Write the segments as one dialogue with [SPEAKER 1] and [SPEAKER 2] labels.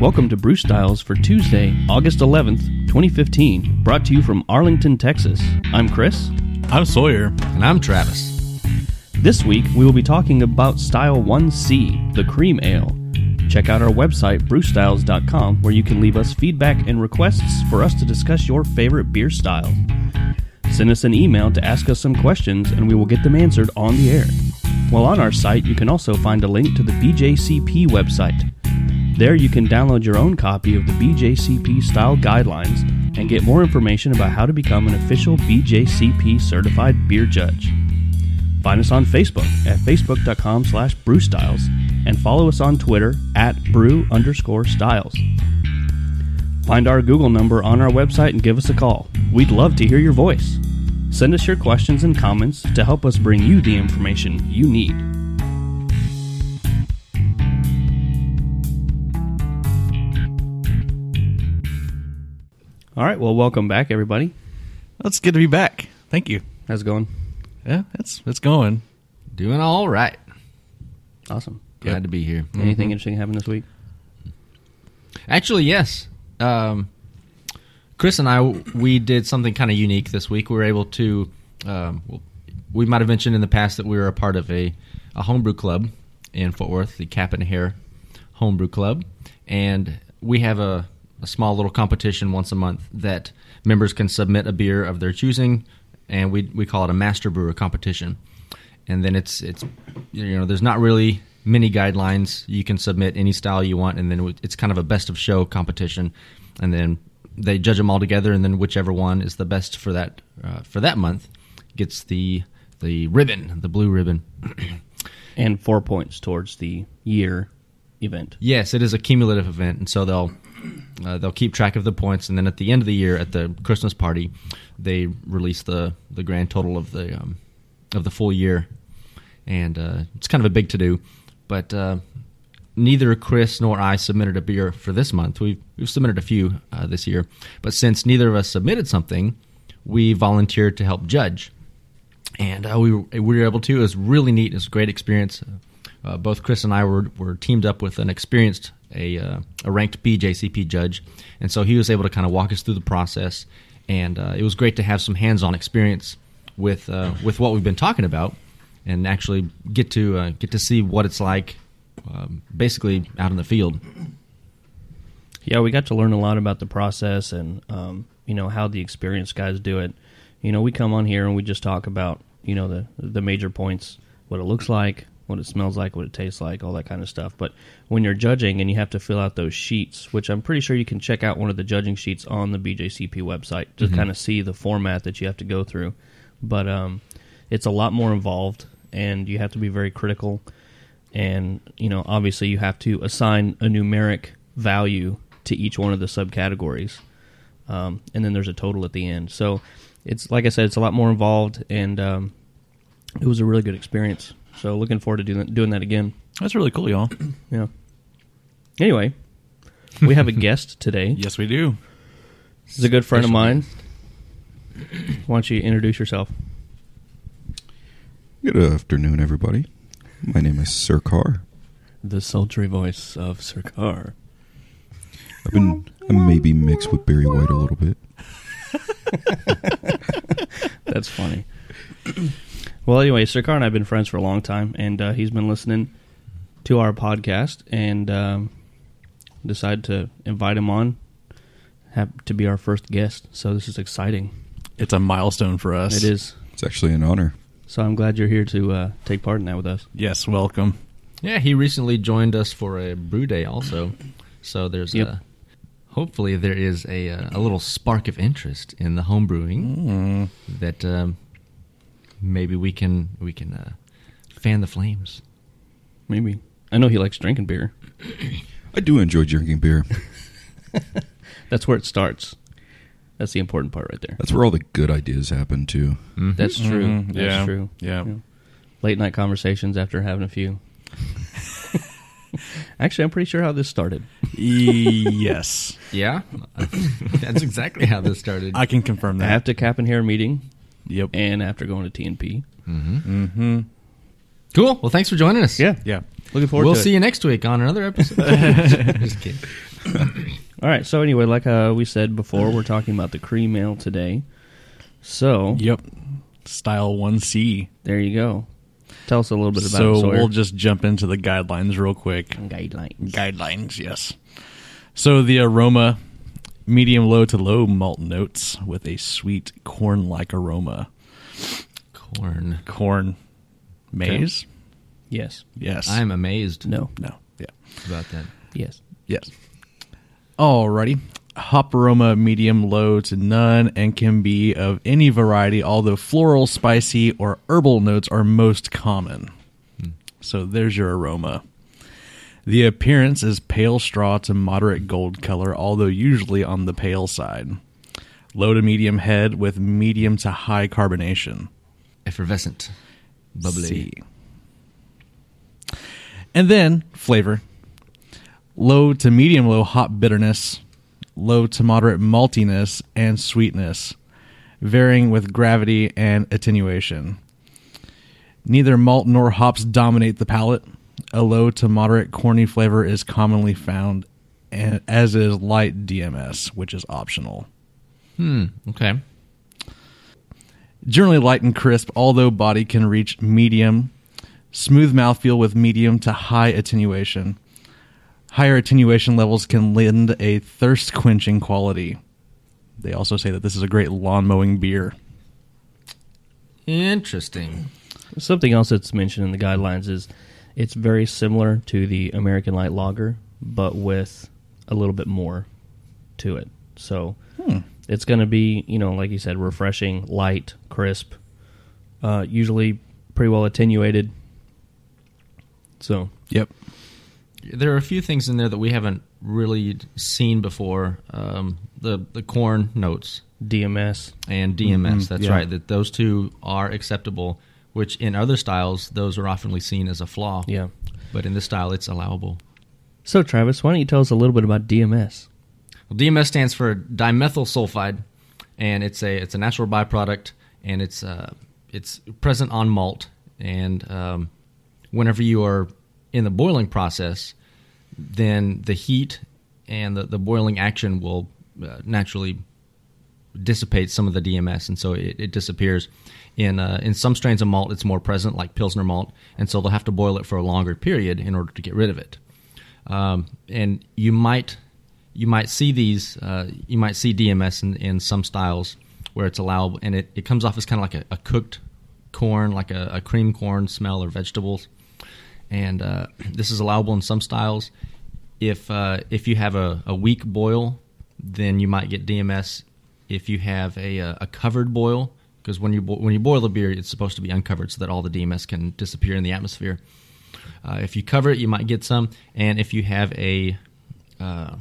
[SPEAKER 1] Welcome to Bruce Styles for Tuesday, August 11th, 2015, brought to you from Arlington, Texas. I'm Chris.
[SPEAKER 2] I'm Sawyer.
[SPEAKER 3] And I'm Travis.
[SPEAKER 1] This week, we will be talking about Style 1C, the cream ale. Check out our website, brewstyles.com, where you can leave us feedback and requests for us to discuss your favorite beer style. Send us an email to ask us some questions, and we will get them answered on the air. While on our site, you can also find a link to the BJCP website. There, you can download your own copy of the BJCP style guidelines and get more information about how to become an official BJCP certified beer judge. Find us on Facebook at facebook.com slash brewstyles and follow us on Twitter at brew underscore styles. Find our Google number on our website and give us a call. We'd love to hear your voice. Send us your questions and comments to help us bring you the information you need. All right, well, welcome back, everybody.
[SPEAKER 2] That's good to be back. Thank you.
[SPEAKER 1] How's it going?
[SPEAKER 2] Yeah, it's it's going.
[SPEAKER 3] Doing all right.
[SPEAKER 1] Awesome.
[SPEAKER 3] Glad to be here.
[SPEAKER 1] Mm-hmm. Anything interesting happen this week?
[SPEAKER 3] Actually, yes. Um, Chris and I, we did something kind of unique this week. We were able to, um, well, we might have mentioned in the past that we were a part of a, a homebrew club in Fort Worth, the Cap and Hair Homebrew Club. And we have a, a small little competition once a month that members can submit a beer of their choosing. And we, we call it a master brewer competition. And then it's, it's you know, there's not really many guidelines. You can submit any style you want. And then it's kind of a best of show competition. And then they judge them all together, and then whichever one is the best for that uh, for that month gets the the ribbon, the blue ribbon.
[SPEAKER 1] And four points towards the year event.
[SPEAKER 3] Yes, it is a cumulative event, and so they'll uh, they'll keep track of the points, and then at the end of the year, at the Christmas party, they release the the grand total of the um, of the full year, and uh, it's kind of a big to do. But uh, neither Chris nor I submitted a beer for this month. We've we've submitted a few uh, this year, but since neither of us submitted something, we volunteered to help judge, and uh, we were, we were able to. It was really neat. It was a great experience. Uh, both Chris and I were were teamed up with an experienced a uh, a ranked BJCP judge, and so he was able to kind of walk us through the process, and uh, it was great to have some hands on experience with uh, with what we've been talking about, and actually get to uh, get to see what it's like. Um, basically, out in the field.
[SPEAKER 1] Yeah, we got to learn a lot about the process and um, you know how the experienced guys do it. You know, we come on here and we just talk about you know the the major points, what it looks like, what it smells like, what it tastes like, all that kind of stuff. But when you're judging and you have to fill out those sheets, which I'm pretty sure you can check out one of the judging sheets on the BJCP website to kind of see the format that you have to go through. But um, it's a lot more involved, and you have to be very critical and you know obviously you have to assign a numeric value to each one of the subcategories um, and then there's a total at the end so it's like i said it's a lot more involved and um, it was a really good experience so looking forward to doing that, doing that again
[SPEAKER 2] That's really cool, y'all.
[SPEAKER 1] yeah anyway we have a guest today
[SPEAKER 2] yes, we do.
[SPEAKER 1] this is a good friend of mine why don't you introduce yourself
[SPEAKER 4] Good afternoon, everybody. My name is Sir Carr.
[SPEAKER 5] the sultry voice of Sirkar.
[SPEAKER 4] I've been I maybe mixed with Barry White a little bit.
[SPEAKER 1] That's funny. well, anyway, Sirkar and I've been friends for a long time, and uh, he's been listening to our podcast, and um, decided to invite him on have, to be our first guest. So this is exciting.
[SPEAKER 2] It's a milestone for us.
[SPEAKER 1] It is.
[SPEAKER 4] It's actually an honor.
[SPEAKER 1] So I'm glad you're here to uh, take part in that with us.
[SPEAKER 2] Yes, welcome.
[SPEAKER 3] Yeah, he recently joined us for a brew day also. So there's
[SPEAKER 1] Yep.
[SPEAKER 3] a hopefully there is a uh, a little spark of interest in the home brewing
[SPEAKER 1] Mm.
[SPEAKER 3] that um, maybe we can we can uh, fan the flames.
[SPEAKER 1] Maybe I know he likes drinking beer.
[SPEAKER 4] I do enjoy drinking beer.
[SPEAKER 1] That's where it starts. That's the important part right there.
[SPEAKER 4] That's where all the good ideas happen too.
[SPEAKER 1] That's true.
[SPEAKER 2] Mhm,
[SPEAKER 1] That's
[SPEAKER 2] yeah,
[SPEAKER 1] true.
[SPEAKER 2] yeah.
[SPEAKER 1] Late night conversations after having a few. Actually, I'm pretty sure how this started.
[SPEAKER 2] yes,
[SPEAKER 3] Yeah, that's exactly how this started.
[SPEAKER 2] I can confirm that.
[SPEAKER 1] After cap and hair meeting
[SPEAKER 2] yep.
[SPEAKER 1] and after going to TNP.
[SPEAKER 3] cool. Well, thanks for joining us.
[SPEAKER 2] yeah.
[SPEAKER 1] Looking forward
[SPEAKER 3] We'll
[SPEAKER 1] to
[SPEAKER 3] see
[SPEAKER 1] it.
[SPEAKER 3] you next week on another episode. Just kidding.
[SPEAKER 1] All right. So anyway, like uh, we said before, we're talking about the cream ale today. So
[SPEAKER 2] Yep. Style 1C.
[SPEAKER 1] there you go. Tell us a little bit about
[SPEAKER 2] So
[SPEAKER 1] it, Sawyer.
[SPEAKER 2] we'll just jump into the guidelines real quick.
[SPEAKER 1] guidelines.
[SPEAKER 2] Guidelines, yes. So the aroma medium low to low malt notes with a sweet corn like aroma.
[SPEAKER 3] Corn.
[SPEAKER 2] Corn. Maize?
[SPEAKER 1] Yes.
[SPEAKER 2] Yes.
[SPEAKER 3] I'm amazed
[SPEAKER 1] No.
[SPEAKER 2] no. Yeah.
[SPEAKER 3] about that.
[SPEAKER 1] Yes.
[SPEAKER 2] Yes. Alrighty. Hop aroma medium low to none and can be of any variety, although floral, spicy, or herbal notes are most common. So there's your aroma. The appearance is pale straw to moderate gold color, although usually on the pale side. Low to medium head with medium to high carbonation.
[SPEAKER 3] Effervescent. Bubbly.
[SPEAKER 2] C. And then flavor. Low to medium low hop bitterness, low to moderate maltiness and sweetness, varying with gravity and attenuation. Neither malt nor hops dominate the palate. A low to moderate corny flavor is commonly found, and as is light DMS, which is optional.
[SPEAKER 3] Hmm. Okay.
[SPEAKER 2] generally light and crisp, although body can reach medium. Smooth mouthfeel with medium to high attenuation. Higher attenuation levels can lend a thirst quenching quality. They also say that this is a great lawn mowing beer.
[SPEAKER 3] Interesting.
[SPEAKER 1] Something else that's mentioned in the guidelines is it's very similar to the American Light Lager, but with a little bit more to it. So it's going to be, you know, like you said, refreshing, light, crisp, uh, usually pretty well attenuated. So
[SPEAKER 2] Yep.
[SPEAKER 3] There are a few things in there that we haven't really seen before. Um, the the corn notes
[SPEAKER 1] DMS,
[SPEAKER 3] and DMS. that's
[SPEAKER 2] yeah.
[SPEAKER 3] right. That those two are acceptable. Which in other styles, those are often seen as a flaw.
[SPEAKER 1] yeah.
[SPEAKER 3] But in this style, it's allowable.
[SPEAKER 1] So Travis, why don't you tell us a little bit about DMS?
[SPEAKER 3] Well, DMS stands for dimethyl sulfide, and it's a it's a natural byproduct, and it's uh, it's present on malt. And um, whenever you are in the boiling process, then the heat and the, the boiling action will uh, naturally dissipate some of the DMS, and so it, it disappears. In uh, in some strains of malt, it's more present, like Pilsner malt, and so they'll have to boil it for a longer period in order to get rid of it. Um, and you might you might see these uh, you might see DMS in, in some styles where it's allowable, and it, it comes off as kind of like a, a cooked corn, like a, a cream corn smell or vegetables. And uh, this is allowable in some styles. If uh, if you have a, a weak boil, then you might get DMS. If you have a, uh, a covered boil, because when you bo- when you boil the beer, it's supposed to be uncovered so that all the DMS can disappear in the atmosphere. Uh, if you cover it, you might get some, and if you have a uh,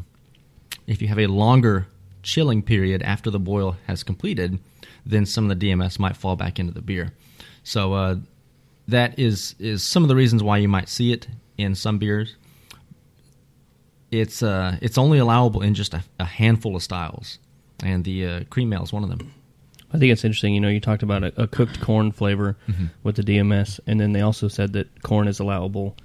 [SPEAKER 3] if you have a longer chilling period after the boil has completed, then some of the DMS might fall back into the beer. So uh, that is is some of the reasons why you might see it in some beers. It's uh, it's only allowable in just a, a handful of styles, and the uh, cream ale is one of them.
[SPEAKER 1] I think it's interesting. You know, you talked about a, a cooked corn flavor with the DMS, and then they also said that corn is allowable.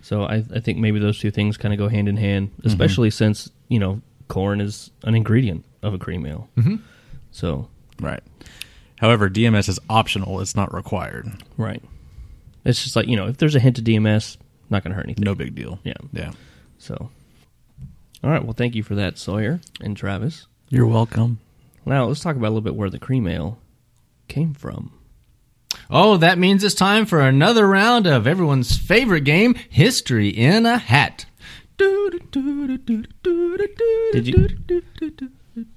[SPEAKER 1] So I, I think maybe those two things kind of go hand in hand, especially since you know corn is an ingredient of a cream ale. Mm-hmm. So
[SPEAKER 2] Right. However, DMS is optional, it's not required.
[SPEAKER 1] right, it's just like you know if there's a hint of DMS, not going to hurt anything.
[SPEAKER 2] No big deal.
[SPEAKER 1] Yeah.
[SPEAKER 2] Yeah.
[SPEAKER 1] So all right, well thank you for that Sawyer and Travis.
[SPEAKER 2] You're welcome.
[SPEAKER 1] Now let's talk about a little bit where the cream ale came from.
[SPEAKER 3] Oh, that means it's time for another round of everyone's favorite game, History in a Hat. Did
[SPEAKER 1] Did you-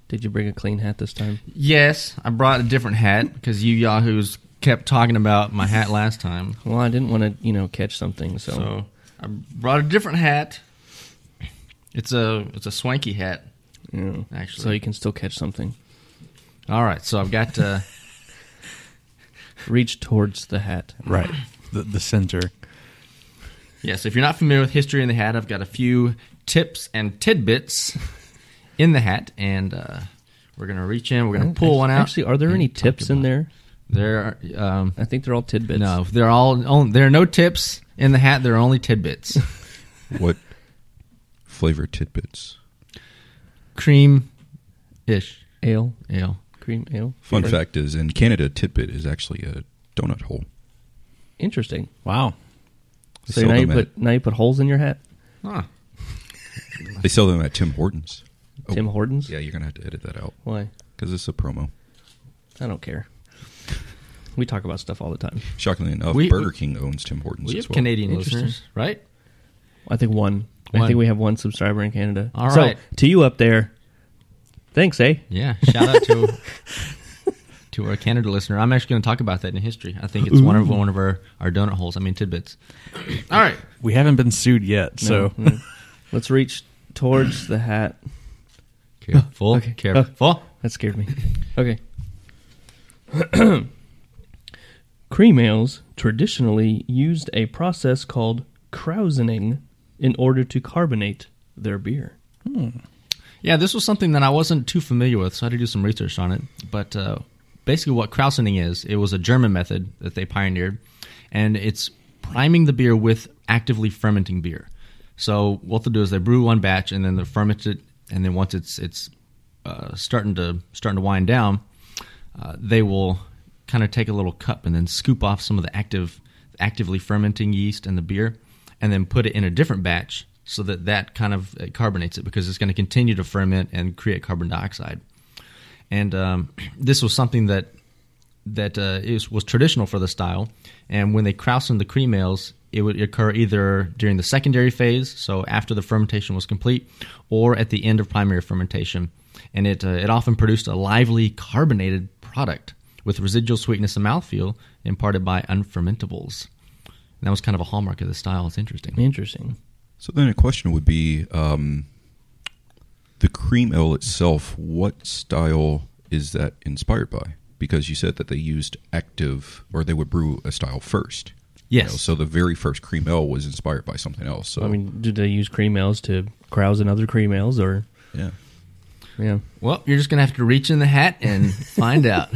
[SPEAKER 1] Did you bring a clean hat this time?
[SPEAKER 3] Yes, I brought a different hat because you yahoos kept talking about my hat last time.
[SPEAKER 1] Well, I didn't want to you know catch something,
[SPEAKER 3] So I brought a different hat. It's a it's a swanky hat.
[SPEAKER 1] Yeah.
[SPEAKER 3] Actually.
[SPEAKER 1] So you can still catch something.
[SPEAKER 3] All right, so I've got uh,
[SPEAKER 1] Reach towards the hat.
[SPEAKER 2] Right. The, the center.
[SPEAKER 3] Yes, if you're not familiar with history in the hat, I've got a few tips and tidbits in the hat, and uh, we're gonna reach in. We're gonna pull one out.
[SPEAKER 1] Oh, Actually, are there any tips in there?
[SPEAKER 3] there are um,
[SPEAKER 1] I think they're all tidbits.
[SPEAKER 3] no, they're all on- there are no tips in the hat. There are only tidbits.
[SPEAKER 4] What flavor tidbits?
[SPEAKER 3] cream ish
[SPEAKER 1] Ale,
[SPEAKER 3] ale.
[SPEAKER 1] cream ale.
[SPEAKER 4] Fun
[SPEAKER 1] Right.
[SPEAKER 4] fact is, in Canada, Tidbit is actually a donut hole.
[SPEAKER 1] Interesting.
[SPEAKER 2] Wow.
[SPEAKER 4] They
[SPEAKER 1] So
[SPEAKER 4] sell
[SPEAKER 1] now you
[SPEAKER 4] them at-
[SPEAKER 1] put now you put holes in your hat.
[SPEAKER 3] Ah,
[SPEAKER 4] They sell them at Tim Hortons. Oh,
[SPEAKER 1] Tim Hortons.
[SPEAKER 4] Yeah, you're gonna have to edit that out
[SPEAKER 1] Why?
[SPEAKER 4] because it's a promo.
[SPEAKER 1] I don't care. We talk about stuff all the time.
[SPEAKER 4] Shockingly enough,
[SPEAKER 3] We-
[SPEAKER 4] Burger King owns Tim Hortons
[SPEAKER 3] we
[SPEAKER 4] as
[SPEAKER 3] have
[SPEAKER 4] well.
[SPEAKER 3] Canadian
[SPEAKER 1] Interesting.
[SPEAKER 3] listeners, right?
[SPEAKER 1] I think one. I
[SPEAKER 3] One.
[SPEAKER 1] think we have one subscriber in Canada.
[SPEAKER 3] All
[SPEAKER 1] so,
[SPEAKER 3] right.
[SPEAKER 1] To you up there. Thanks, eh?
[SPEAKER 3] Yeah. Shout out to to our Canada listener. I'm actually going to talk about that in history. I think it's one of one of our, our donut holes. I mean tidbits. All right.
[SPEAKER 2] We haven't been sued yet, so
[SPEAKER 1] No, no. let's reach towards the hat.
[SPEAKER 3] Careful.
[SPEAKER 1] Okay.
[SPEAKER 3] Careful.
[SPEAKER 1] That scared me. Okay. Cream ales traditionally used a process called krausening in order to carbonate their beer.
[SPEAKER 3] Yeah, this was something that I wasn't too familiar with, so I had to do some research on it. But uh, basically, what krausening is, it was a German method that they pioneered, and it's priming the beer with actively fermenting beer. So what they'll do is they brew one batch and then they ferment it, and then once it's it's uh, starting to starting to wind down, uh, they will kind of take a little cup and then scoop off some of the active actively fermenting yeast in the beer and then put it in a different batch so that that kind of uh, carbonates it because it's going to continue to ferment and create carbon dioxide and um, this was something that that uh, is, was traditional for the style. And when they krausen the cream ales, it would occur either during the secondary phase, so after the fermentation was complete, or at the end of primary fermentation. And it uh, it often produced a lively carbonated product with residual sweetness and mouthfeel imparted by unfermentables. And that was kind of a hallmark of the style. It's interesting.
[SPEAKER 1] Interesting.
[SPEAKER 4] So then, a question would be: um, the cream ale itself, what style is that inspired by? Because you said that they used active, or they would brew a style first. you know,
[SPEAKER 3] Yes.
[SPEAKER 4] so the very first cream ale was inspired by something else. So
[SPEAKER 1] I mean, did they use cream ales to krausen other cream ales or
[SPEAKER 4] yeah.
[SPEAKER 1] yeah.
[SPEAKER 3] Well, you're just gonna have to reach in the hat and find out.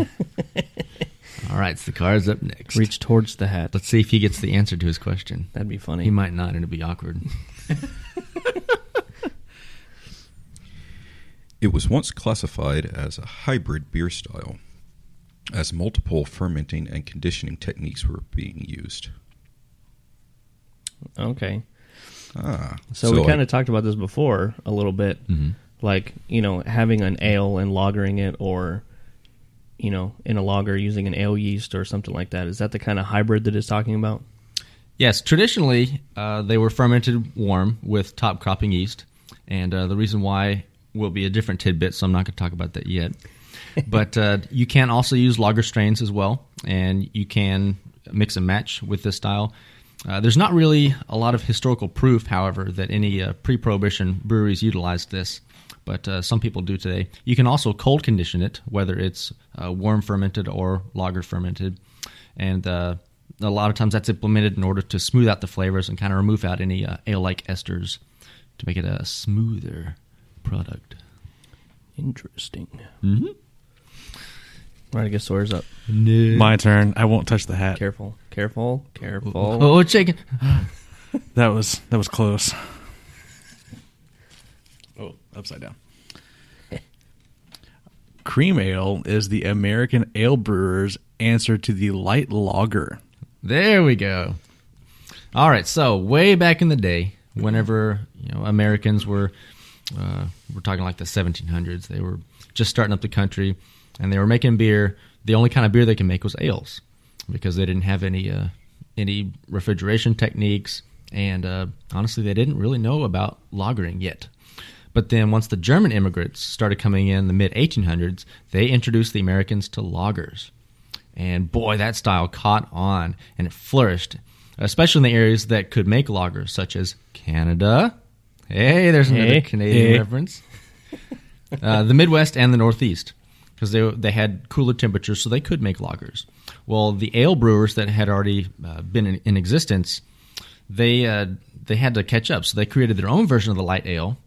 [SPEAKER 3] All right, so the card's up next.
[SPEAKER 1] Reach towards the hat.
[SPEAKER 3] Let's see if he gets the answer to his question.
[SPEAKER 1] That'd be funny.
[SPEAKER 3] He might not, and it'd be awkward.
[SPEAKER 4] It was once classified as a hybrid beer style, as multiple fermenting and conditioning techniques were being used.
[SPEAKER 1] Okay.
[SPEAKER 4] Ah,
[SPEAKER 1] So, we
[SPEAKER 4] I-
[SPEAKER 1] kind of talked about this before a little bit,
[SPEAKER 3] Mm-hmm.
[SPEAKER 1] like you know having an ale and lagering it, or you know in a lager using an ale yeast or something like that. Is that the kind of hybrid that it's talking about?
[SPEAKER 3] Yes, traditionally uh, they were fermented warm with top cropping yeast, and uh, the reason why will be a different tidbit. So I'm not going to talk about that yet. but uh, you can also use lager strains as well, and you can mix and match with this style. Uh, there's not really a lot of historical proof, however, that any uh, pre-prohibition breweries utilized this, but uh, some people do today. You can also cold condition it, whether it's uh, warm fermented or lager fermented, and uh, a lot of times that's implemented in order to smooth out the flavors and kind of remove out any uh, ale-like esters to make it a smoother product.
[SPEAKER 1] Interesting.
[SPEAKER 3] Mm-hmm.
[SPEAKER 1] All right, I guess Sawyer's up.
[SPEAKER 2] my turn. I won't touch the hat.
[SPEAKER 1] Careful, careful, careful.
[SPEAKER 3] Oh, chicken!
[SPEAKER 2] That was that was close. Oh, upside down. Cream ale is the American ale brewer's answer to the light lager.
[SPEAKER 3] There we go. All right, so way back in the day, whenever you know Americans were, uh, we're talking like the 1700s, they were just starting up the country, and they were making beer. The only kind of beer they could make was ales, because they didn't have any uh, any refrigeration techniques, and uh, honestly, they didn't really know about lagering yet. But then, once the German immigrants started coming in the mid 1800s, they introduced the Americans to lagers. And boy, that style caught on and it flourished, especially in the areas that could make lagers, such as Canada. Hey, there's another
[SPEAKER 1] Hey,
[SPEAKER 3] Canadian
[SPEAKER 1] hey.
[SPEAKER 3] reference. uh, the Midwest and the Northeast, because they, they had cooler temperatures, so they could make lagers. Well, the ale brewers that had already uh, been in, in existence, they uh, they had to catch up, so they created their own version of the light ale,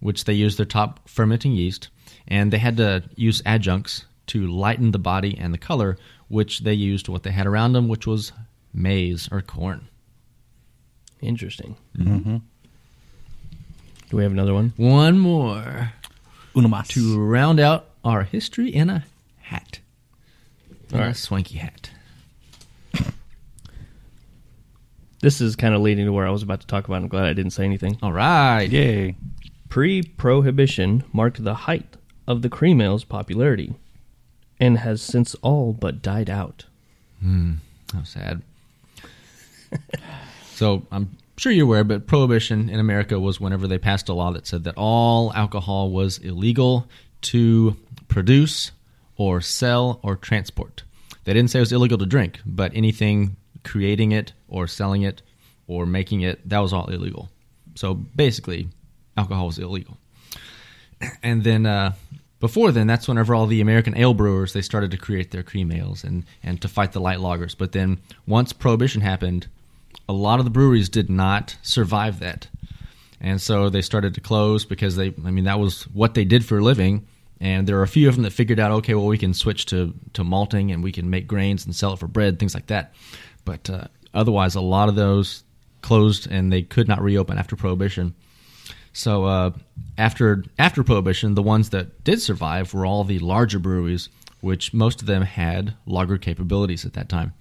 [SPEAKER 3] which they used their top fermenting yeast, and they had to use adjuncts to lighten the body and the color, which they used what they had around them, which was maize or corn.
[SPEAKER 1] Interesting. Do we have another one?
[SPEAKER 3] One more.
[SPEAKER 2] Uno mas.
[SPEAKER 3] to round out our history in a hat. In A
[SPEAKER 1] Alright.
[SPEAKER 3] swanky hat.
[SPEAKER 1] This is kind of leading to where I was about to talk about. I'm glad I didn't say anything.
[SPEAKER 3] All right.
[SPEAKER 2] Yay.
[SPEAKER 1] Pre prohibition marked the height of the cream ale's popularity and has since all but died out.
[SPEAKER 3] How sad. so I'm sure you're aware, but prohibition in America was whenever they passed a law that said that all alcohol was illegal to produce or sell or transport. They didn't say it was illegal to drink, but anything creating it or selling it or making it, that was all illegal. So basically, alcohol was illegal and then uh, before then, that's whenever all the American ale brewers they started to create their cream ales and and to fight the light lagers. But then once prohibition happened, a lot of the breweries did not survive that, and so they started to close because they I mean that was what they did for a living. And there are a few of them that figured out, okay, well, we can switch to, to malting and we can make grains and sell it for bread, things like that. But uh, otherwise, a lot of those closed and they could not reopen after Prohibition. So uh, after after Prohibition, the ones that did survive were all the larger breweries, which most of them had lager capabilities at that time.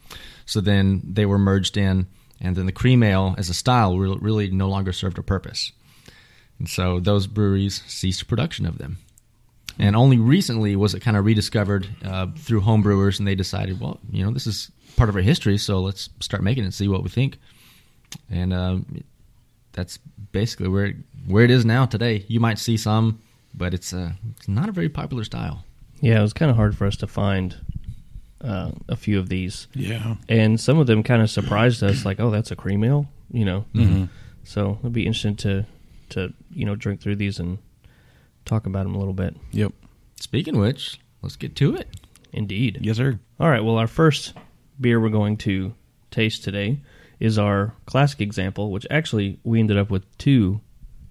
[SPEAKER 3] So then they were merged in, and then the cream ale as a style re- really no longer served a purpose. And so those breweries ceased production of them. And only recently was it kind of rediscovered uh, through homebrewers, and they decided, well, you know, this is part of our history, so let's start making it and see what we think. And uh, that's basically where it, where it is now today. You might see some, but it's uh, it's not a very popular style.
[SPEAKER 1] Yeah, it was kind of hard for us to find uh, a few of these.
[SPEAKER 2] Yeah.
[SPEAKER 1] And some of them kind of surprised us, like, oh, that's a cream ale, you know? So it'd be interesting to, to, you know, drink through these and talk about them a little bit.
[SPEAKER 2] Yep.
[SPEAKER 3] Speaking of which, let's get to it.
[SPEAKER 1] Indeed.
[SPEAKER 2] Yes, sir.
[SPEAKER 1] All right. Well, our first beer we're going to taste today is our classic example, which actually we ended up with two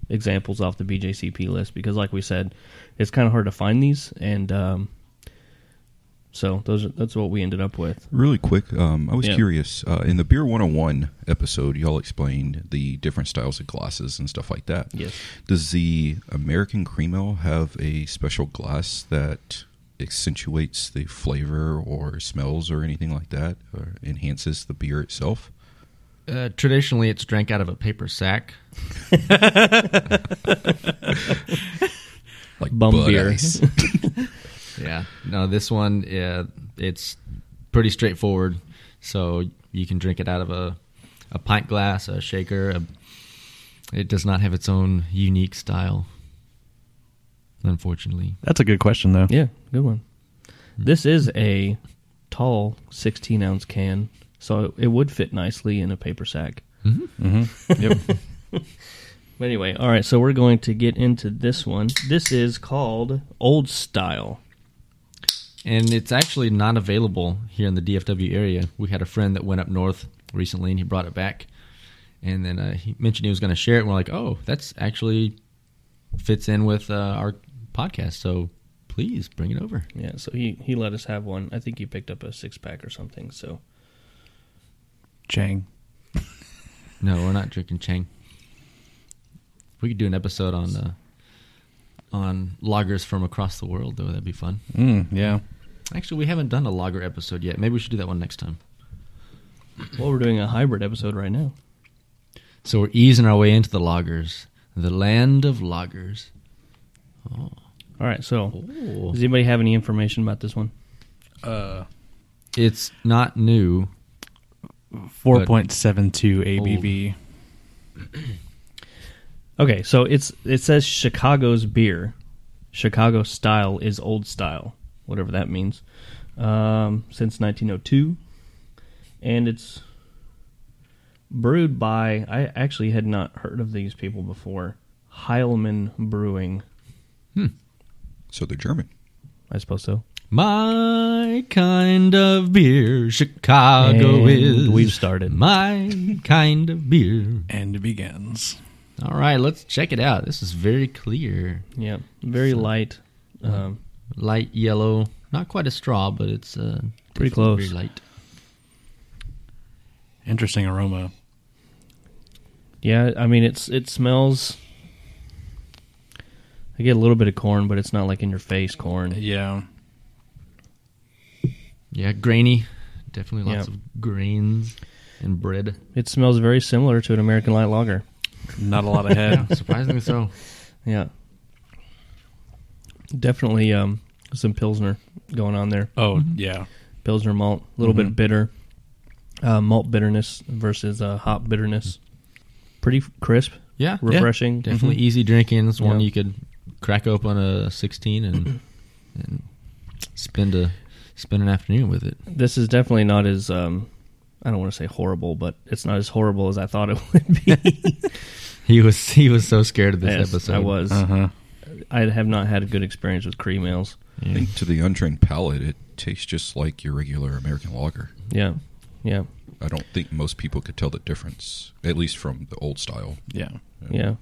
[SPEAKER 1] examples off the BJCP list because, like we said, it's kind of hard to find these, and um, so those are, that's what we ended up with.
[SPEAKER 4] Really quick, um, I was
[SPEAKER 1] Yeah.
[SPEAKER 4] curious. Uh, in the Beer 101 episode, y'all explained the different styles of glasses and stuff like that.
[SPEAKER 1] Yes.
[SPEAKER 4] Does the American cream ale have a special glass that accentuates the flavor or smells or anything like that, or enhances the beer itself?
[SPEAKER 3] Uh, traditionally, it's drank out of a paper sack.
[SPEAKER 4] Like
[SPEAKER 1] Bum
[SPEAKER 4] Bud
[SPEAKER 1] beer.
[SPEAKER 4] Ice.
[SPEAKER 3] Yeah. No, this one, yeah, it's pretty straightforward. So you can drink it out of a, a pint glass, a shaker. A, it does not have its own unique style, unfortunately.
[SPEAKER 2] That's a good question, though.
[SPEAKER 1] Yeah, good one. This is a tall 16 ounce can, so it would fit nicely in a paper sack.
[SPEAKER 2] Yep.
[SPEAKER 1] But anyway, all right, so we're going to get into this one. This is called Old Style.
[SPEAKER 3] and it's actually not available here in the DFW area. We had a friend that went up north recently, and he brought it back, and then uh, he mentioned he was going to share it. And we're like, "Oh, that's actually fits in with uh, our podcast, so please bring it over."
[SPEAKER 1] Yeah, so he he let us have one. I think he picked up a six pack or something. So
[SPEAKER 2] Chang.
[SPEAKER 3] No, we're not drinking Chang. We could do an episode on uh, on loggers from across the world, though. That'd be fun.
[SPEAKER 2] Mm, yeah.
[SPEAKER 3] Actually, we haven't done a logger episode yet. Maybe we should do that one next time.
[SPEAKER 1] well, we're doing a hybrid episode right now.
[SPEAKER 3] So we're easing our way into the loggers, the land of loggers.
[SPEAKER 1] All right. So does anybody have any information about this one?
[SPEAKER 3] It's not new.
[SPEAKER 2] 4.72 ABV.
[SPEAKER 1] Okay, so it's it says Chicago's beer, Chicago style is old style, whatever that means, um, since 1902, and it's brewed by I actually had not heard of these people before. Heilman Brewing,
[SPEAKER 4] So they're German.
[SPEAKER 1] I suppose so.
[SPEAKER 3] My kind of beer, Chicago
[SPEAKER 1] And
[SPEAKER 3] is.
[SPEAKER 1] we've started.
[SPEAKER 3] My kind of beer.
[SPEAKER 2] And begins.
[SPEAKER 3] All right, let's check it out. This is very clear.
[SPEAKER 1] Yeah, very light. Um,
[SPEAKER 3] Light yellow. Not quite a straw, but it's uh,
[SPEAKER 1] Pretty
[SPEAKER 3] definitely
[SPEAKER 1] close.
[SPEAKER 3] Very light.
[SPEAKER 2] Interesting aroma.
[SPEAKER 1] yeah, I mean it's it smells. I get a little bit of corn, but it's not like in your face corn.
[SPEAKER 2] Yeah.
[SPEAKER 3] Yeah, grainy. Definitely lots
[SPEAKER 1] Yeah.
[SPEAKER 3] of grains and bread.
[SPEAKER 1] It smells very similar to an American light lager.
[SPEAKER 2] Not a lot of head.
[SPEAKER 3] Surprisingly so.
[SPEAKER 1] Yeah. Definitely um, some Pilsner going on there.
[SPEAKER 2] oh, yeah.
[SPEAKER 1] Pilsner malt, a little
[SPEAKER 3] Mm-hmm.
[SPEAKER 1] bit bitter. Uh, malt bitterness versus uh, hop bitterness. Pretty f- crisp,
[SPEAKER 3] Yeah,
[SPEAKER 1] refreshing.
[SPEAKER 3] definitely easy drinking. It's one
[SPEAKER 1] Yeah.
[SPEAKER 3] you could crack open a 16 and and spend a spend an afternoon with it.
[SPEAKER 1] Mm-hmm. This is definitely not as, um, I don't want to say horrible, but it's not as horrible as I thought it would be.
[SPEAKER 3] He was he was so scared of this
[SPEAKER 1] Yes,
[SPEAKER 3] episode. Uh-huh.
[SPEAKER 1] I was.
[SPEAKER 2] huh.
[SPEAKER 1] I have not had a good experience with cream ales.
[SPEAKER 4] I think to the untrained palate, it tastes just like your regular American lager.
[SPEAKER 1] Yeah. Yeah.
[SPEAKER 4] I don't think most people could tell the difference, at least from the old style.
[SPEAKER 2] Yeah.
[SPEAKER 1] Yeah.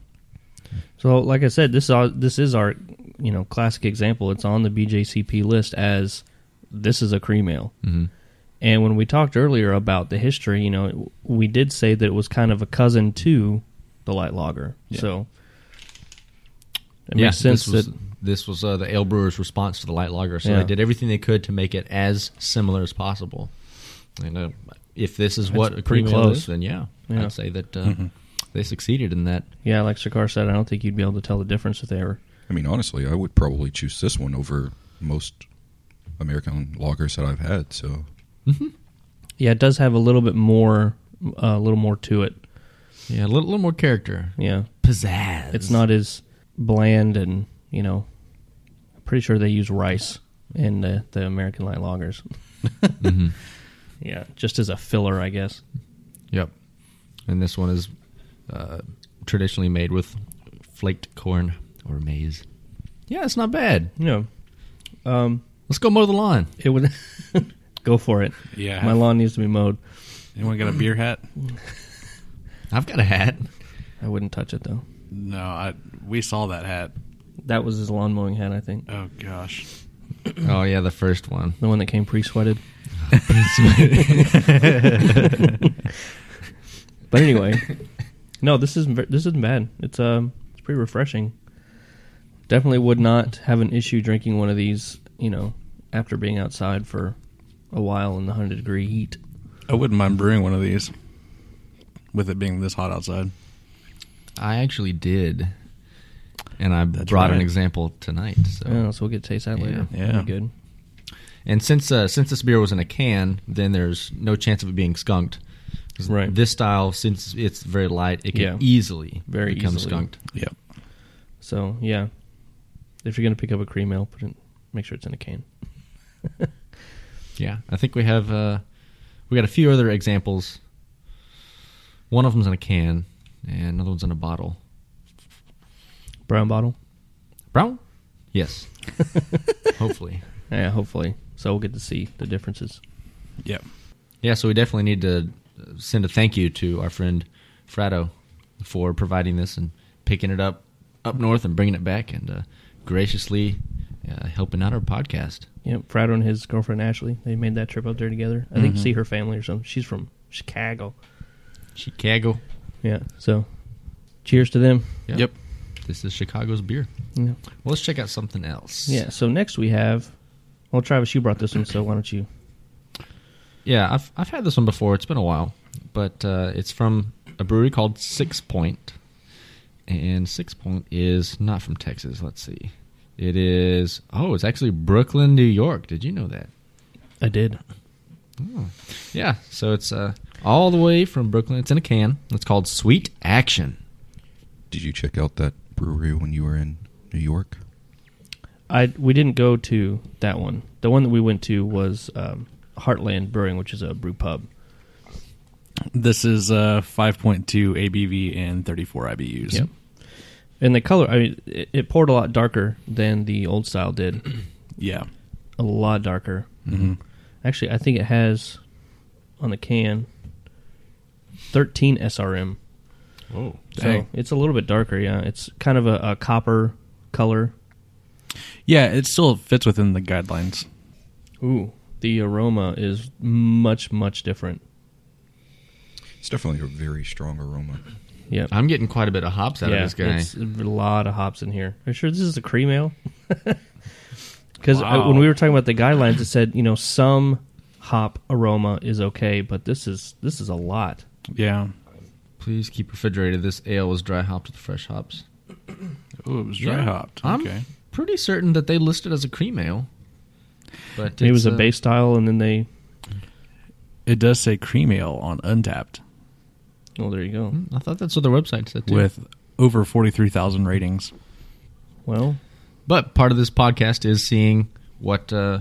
[SPEAKER 1] So, like I said, this is this is our you know classic example. It's on the BJCP list as this is a cream ale.
[SPEAKER 3] Mhm.
[SPEAKER 1] And when we talked earlier about the history, you know, we did say that it was kind of a cousin to the light lager. So it
[SPEAKER 3] yeah,
[SPEAKER 1] makes sense
[SPEAKER 3] this was,
[SPEAKER 1] that
[SPEAKER 3] this was uh, the ale brewer's response to the light lager. So
[SPEAKER 1] Yeah.
[SPEAKER 3] they did everything they could to make it as similar as possible. And uh, if this is what a
[SPEAKER 1] pretty
[SPEAKER 3] cream ale
[SPEAKER 1] close.
[SPEAKER 3] is, then yeah,
[SPEAKER 1] Yeah.
[SPEAKER 3] I'd say that uh, they succeeded in that.
[SPEAKER 1] yeah, like Shakar said, I don't think you'd be able to tell the difference if they were.
[SPEAKER 4] I mean, honestly, I would probably choose this one over most American lagers that I've had. So
[SPEAKER 1] Yeah, it does have a little bit more, a little more to it.
[SPEAKER 3] Yeah, a little, little more character,
[SPEAKER 1] Yeah.
[SPEAKER 3] pizzazz.
[SPEAKER 1] it's not as bland and you know i'm pretty sure they use rice in the, the american light loggers yeah just as a filler i guess
[SPEAKER 3] Yep. And this one is uh, traditionally made with flaked corn or maize. Yeah, it's not bad.
[SPEAKER 1] you know um
[SPEAKER 3] Let's go mow the lawn.
[SPEAKER 1] it would go for it
[SPEAKER 2] Yeah.
[SPEAKER 1] my lawn needs to be mowed
[SPEAKER 2] Anyone got a beer hat?
[SPEAKER 3] I've got a hat.
[SPEAKER 1] i wouldn't touch it though
[SPEAKER 2] No, I we saw that hat.
[SPEAKER 1] that was his lawn mowing hat i think
[SPEAKER 2] Oh gosh.
[SPEAKER 3] Oh yeah, the first one.
[SPEAKER 1] the one that came pre-sweated but anyway no this isn't ver- this isn't bad it's um it's pretty refreshing definitely would not have an issue drinking one of these you know after being outside for a while in the 100 degree heat
[SPEAKER 2] I wouldn't mind brewing one of these. With it being this hot outside.
[SPEAKER 3] I actually did, and I
[SPEAKER 2] That's
[SPEAKER 3] brought an
[SPEAKER 2] right.
[SPEAKER 3] example tonight. So,
[SPEAKER 1] Yeah, so we'll get to taste that later
[SPEAKER 2] Oh. Yeah.
[SPEAKER 1] That'll be good
[SPEAKER 3] and since uh, since this beer was in a can, then there's no chance of it being skunked. 'Cause
[SPEAKER 1] Right.
[SPEAKER 3] This style, since it's very light, it can
[SPEAKER 1] Yeah.
[SPEAKER 3] easily
[SPEAKER 1] Very
[SPEAKER 3] become
[SPEAKER 1] easily.
[SPEAKER 3] skunked.
[SPEAKER 2] Yep.
[SPEAKER 1] so yeah if you're gonna pick up a cream ale put it make sure it's in a can
[SPEAKER 3] Yeah, I think we have uh, we got a few other examples. One of them's in a can, and another one's in a bottle.
[SPEAKER 1] brown bottle
[SPEAKER 3] Brown? Yes. Hopefully.
[SPEAKER 1] yeah hopefully so we'll get to see the differences
[SPEAKER 2] Yep.
[SPEAKER 3] Yeah, so we definitely need to uh, send a thank you to our friend Fratto for providing this and picking it up up north and bringing it back and uh, graciously uh, helping out our podcast.
[SPEAKER 1] Yep, Frado and his girlfriend Ashley. They made that trip up there together. I
[SPEAKER 2] Mm-hmm.
[SPEAKER 1] think see her family or something. She's from Chicago.
[SPEAKER 3] Chicago.
[SPEAKER 1] Yeah. So, cheers to them.
[SPEAKER 3] Yeah.
[SPEAKER 2] Yep.
[SPEAKER 3] This is Chicago's beer.
[SPEAKER 1] Yeah.
[SPEAKER 3] Well, let's check out something else.
[SPEAKER 1] Yeah. So next we have. Well, Travis, you brought this one, so why don't you?
[SPEAKER 3] Yeah, I've I've had this one before. It's been a while, but uh, it's from a brewery called Six Point, and Six Point is not from Texas. Let's see, it is oh, it's actually Brooklyn, New York. Did you know that?
[SPEAKER 1] I did.
[SPEAKER 3] Yeah, so it's uh, all the way from Brooklyn. It's in a can. It's called Sweet Action.
[SPEAKER 4] did you check out that brewery when you were in New York?
[SPEAKER 1] I we didn't go to that one. The one that we went to was um, Heartland Brewing, which is a brew pub.
[SPEAKER 2] This is uh 5.2 ABV and 34 IBUs.
[SPEAKER 1] Yep. And the color, I mean, it, it poured a lot darker than the old style did.
[SPEAKER 2] Yeah.
[SPEAKER 1] a lot darker. Actually, I think it has on the can 13 SRM.
[SPEAKER 3] Oh,
[SPEAKER 1] So it's a little bit darker, yeah. It's kind of a, a copper color.
[SPEAKER 2] Yeah, it still fits within the guidelines.
[SPEAKER 1] Ooh, the aroma is much much different.
[SPEAKER 4] It's definitely a very strong aroma.
[SPEAKER 1] Yep.
[SPEAKER 3] I'm getting quite a bit of hops out of this guy.
[SPEAKER 1] It's a lot of hops in here. Are you sure this is a cream ale? Because
[SPEAKER 3] Wow.
[SPEAKER 1] when we were talking about the guidelines, it said you know some hop aroma is okay, but this is this is a lot.
[SPEAKER 2] Yeah.
[SPEAKER 3] Please keep refrigerated. This ale was dry hopped with fresh hops.
[SPEAKER 2] Oh, it was dry
[SPEAKER 3] Yeah.
[SPEAKER 2] hopped.
[SPEAKER 3] I'm
[SPEAKER 2] Okay.
[SPEAKER 3] pretty certain that they listed as a cream ale. But
[SPEAKER 1] it was
[SPEAKER 3] it's,
[SPEAKER 1] a
[SPEAKER 3] uh,
[SPEAKER 1] base style, and then they
[SPEAKER 2] It does say cream ale on Untapped
[SPEAKER 1] oh there you go.
[SPEAKER 3] I thought that's what their website said too.
[SPEAKER 2] with over forty three thousand ratings.
[SPEAKER 1] Well,
[SPEAKER 3] But part of this podcast is seeing what uh,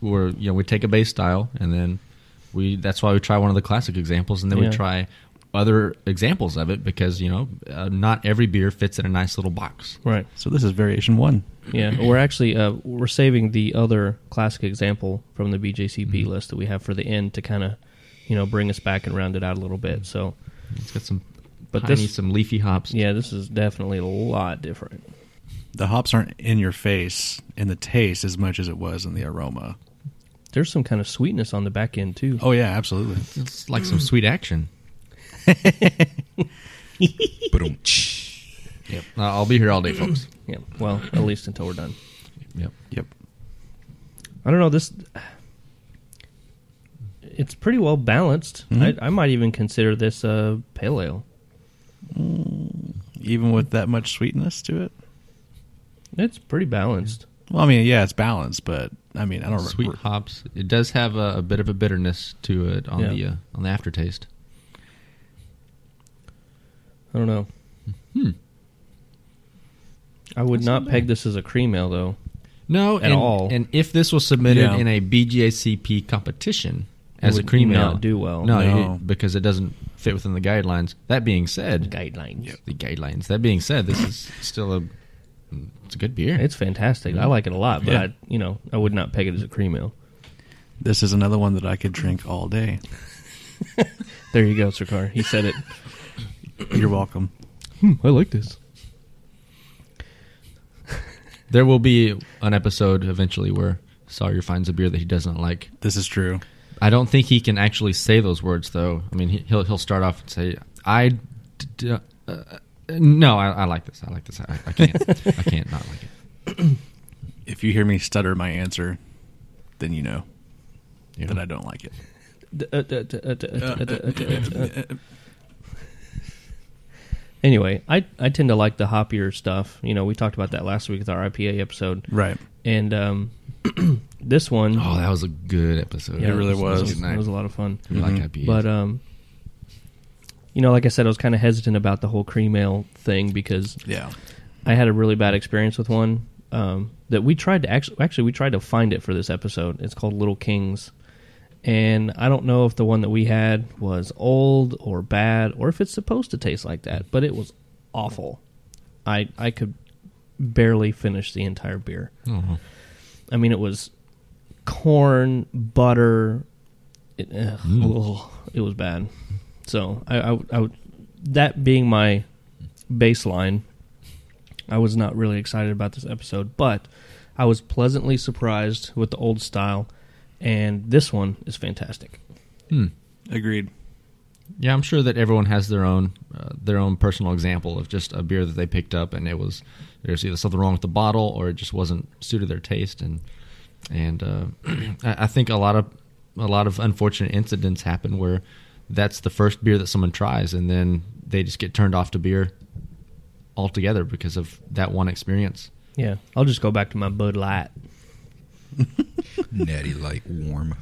[SPEAKER 3] we're you know we take a base style and then we that's why we try one of the classic examples and then
[SPEAKER 1] Yeah.
[SPEAKER 3] we try other examples of it because you know uh, not every beer fits in a nice little box.
[SPEAKER 1] right,
[SPEAKER 2] So this is variation one.
[SPEAKER 1] yeah. We're actually uh, we're saving the other classic example from the BJCP
[SPEAKER 3] Mm-hmm.
[SPEAKER 1] list that we have for the end to kind of you know bring us back and round it out a little bit. So
[SPEAKER 3] It's got some
[SPEAKER 1] But
[SPEAKER 3] but piney,
[SPEAKER 1] this-
[SPEAKER 3] some leafy hops.
[SPEAKER 1] yeah, this is definitely a lot different.
[SPEAKER 2] The hops aren't in your face in the taste as much as it was in the aroma.
[SPEAKER 1] There's some kind of sweetness on the back end too.
[SPEAKER 2] Oh yeah, absolutely.
[SPEAKER 3] It's like some sweet action.
[SPEAKER 4] Ba-dum.
[SPEAKER 3] Yep. Uh, I'll be here all day, folks.
[SPEAKER 1] Yeah. Well, at least until we're done.
[SPEAKER 3] Yep.
[SPEAKER 2] Yep.
[SPEAKER 1] I don't know. This it's pretty well balanced. I, I might even consider this a pale ale.
[SPEAKER 2] Even with that much sweetness to it.
[SPEAKER 1] It's pretty balanced.
[SPEAKER 2] Well, I mean, yeah, it's balanced, but I mean, I don't re-
[SPEAKER 3] Sweet hops. It does have a, a bit of a bitterness to it on
[SPEAKER 1] Yeah.
[SPEAKER 3] the uh, on the aftertaste.
[SPEAKER 1] I don't know. I would Hmm. not peg this as a cream ale though.
[SPEAKER 3] No,
[SPEAKER 1] At
[SPEAKER 3] and,
[SPEAKER 1] all.
[SPEAKER 3] And if this was submitted
[SPEAKER 2] Yeah.
[SPEAKER 3] in a BGACP competition as a
[SPEAKER 1] would
[SPEAKER 3] cream
[SPEAKER 1] not
[SPEAKER 3] ale,
[SPEAKER 1] do well.
[SPEAKER 3] No,
[SPEAKER 2] No.
[SPEAKER 3] it- because it doesn't fit within the guidelines. That being said,
[SPEAKER 1] Guidelines.
[SPEAKER 3] the guidelines. That being said, this is still a it's a good beer.
[SPEAKER 1] It's fantastic. I like it a lot, but
[SPEAKER 2] Yeah.
[SPEAKER 1] I, you know, I would not peg it as a cream ale.
[SPEAKER 2] This is another one that I could drink all day.
[SPEAKER 1] There you go, Sarkar. He said it.
[SPEAKER 2] You're welcome.
[SPEAKER 1] I like this.
[SPEAKER 3] there will be an episode eventually where Sawyer finds a beer that he does not like.
[SPEAKER 2] This is true.
[SPEAKER 3] I don't think he can actually say those words though. I mean, he, he'll he'll start off and say, "I." D- d- uh, uh, no, I, I like this. I like this. I, I can't. I can't not like it.
[SPEAKER 2] If you hear me stutter my answer, then you know
[SPEAKER 3] Yeah.
[SPEAKER 2] that I don't like it.
[SPEAKER 1] uh, Anyway, I, I tend to like the hoppier stuff. You know, we talked about that last week with our IPA episode.
[SPEAKER 2] Right.
[SPEAKER 1] And um, this one,
[SPEAKER 3] Oh, that was a good episode.
[SPEAKER 1] yeah,
[SPEAKER 2] it really
[SPEAKER 1] it
[SPEAKER 2] was.
[SPEAKER 1] It was, a lot of fun.
[SPEAKER 3] We like IPAs.
[SPEAKER 1] But um, you know, like I said, I was kind of hesitant about the whole cream ale thing because
[SPEAKER 2] Yeah.
[SPEAKER 1] I had a really bad experience with one um, that we tried to actually actually we tried to find it for this episode. It's called Little Kings, and I don't know if the one that we had was old or bad or if it's supposed to taste like that, but it was awful. I I could barely finish the entire beer.
[SPEAKER 3] Oh.
[SPEAKER 1] I mean, it was corn butter. It, ugh,
[SPEAKER 4] Mm.
[SPEAKER 1] ugh, it was bad. So I, I, would- I would- that being my baseline, I was not really excited about this episode, but I was pleasantly surprised with the old style, and this one is fantastic.
[SPEAKER 2] Agreed.
[SPEAKER 3] yeah, I'm sure that everyone has their own uh, their own personal example of just a beer that they picked up and it was there's either something wrong with the bottle or it just wasn't suited their taste and and uh, I, I think a lot of a lot of unfortunate incidents happen where that's the first beer that someone tries and then they just get turned off to beer altogether because of that one experience.
[SPEAKER 1] Yeah, I'll just go back to my Bud Light.
[SPEAKER 4] Natty light warm.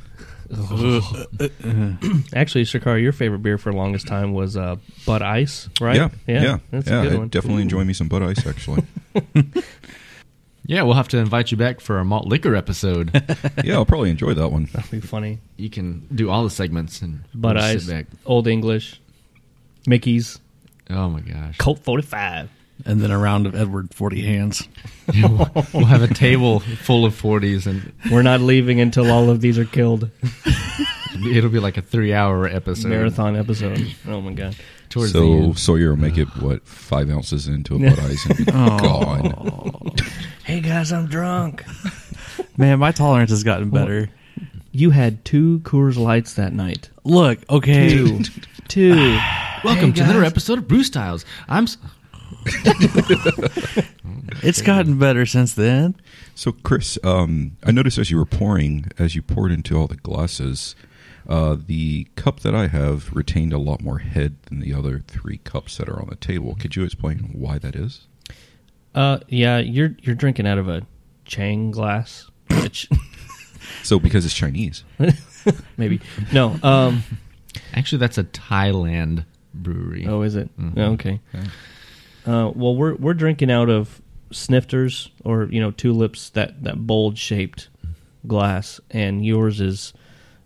[SPEAKER 1] Actually, Shakar, your favorite beer for the longest time was uh, Bud Ice, right?
[SPEAKER 4] Yeah, yeah, yeah.
[SPEAKER 1] that's a good
[SPEAKER 4] I
[SPEAKER 1] one.
[SPEAKER 4] definitely enjoy me some Bud Ice. Actually,
[SPEAKER 3] Yeah, we'll have to invite you back for our malt liquor episode.
[SPEAKER 4] yeah, I'll probably enjoy that one.
[SPEAKER 1] That'd be funny.
[SPEAKER 3] you can do all the segments and
[SPEAKER 1] Bud
[SPEAKER 3] we'll just
[SPEAKER 1] Eyes,
[SPEAKER 3] sit back.
[SPEAKER 1] Old English, Mickey's,
[SPEAKER 3] Oh my gosh.
[SPEAKER 1] Colt 45.
[SPEAKER 2] And then a round of Edward Forty Hands.
[SPEAKER 3] we'll have a table full of 40s and
[SPEAKER 1] We're not leaving until all of these are killed.
[SPEAKER 3] it'll be like a 3-hour episode.
[SPEAKER 1] Marathon episode. Oh my god.
[SPEAKER 3] Towards the
[SPEAKER 4] so
[SPEAKER 3] end.
[SPEAKER 4] Sawyer will make it what five ounces into a Bud Ice and be
[SPEAKER 1] Oh.
[SPEAKER 4] gone.
[SPEAKER 1] Hey guys, I'm drunk.
[SPEAKER 2] Man, my tolerance has gotten better.
[SPEAKER 1] You had two Coors Lights that night.
[SPEAKER 2] Look, okay.
[SPEAKER 1] Two. two.
[SPEAKER 3] Welcome to another episode of Brew Styles. I'm s-
[SPEAKER 2] It's gotten better since then.
[SPEAKER 4] So, Chris, um, I noticed as you were pouring, as you poured into all the glasses, uh, the cup that I have retained a lot more head than the other three cups that are on the table. Could you explain why that is?
[SPEAKER 1] Uh, yeah, you're you're drinking out of a Chang glass, which
[SPEAKER 4] So, because it's Chinese.
[SPEAKER 1] maybe no. Um,
[SPEAKER 3] actually that's a Thailand brewery.
[SPEAKER 1] oh, is it Oh, okay? Uh, well, we're we're drinking out of snifters or you know tulips that that bold shaped glass, and yours is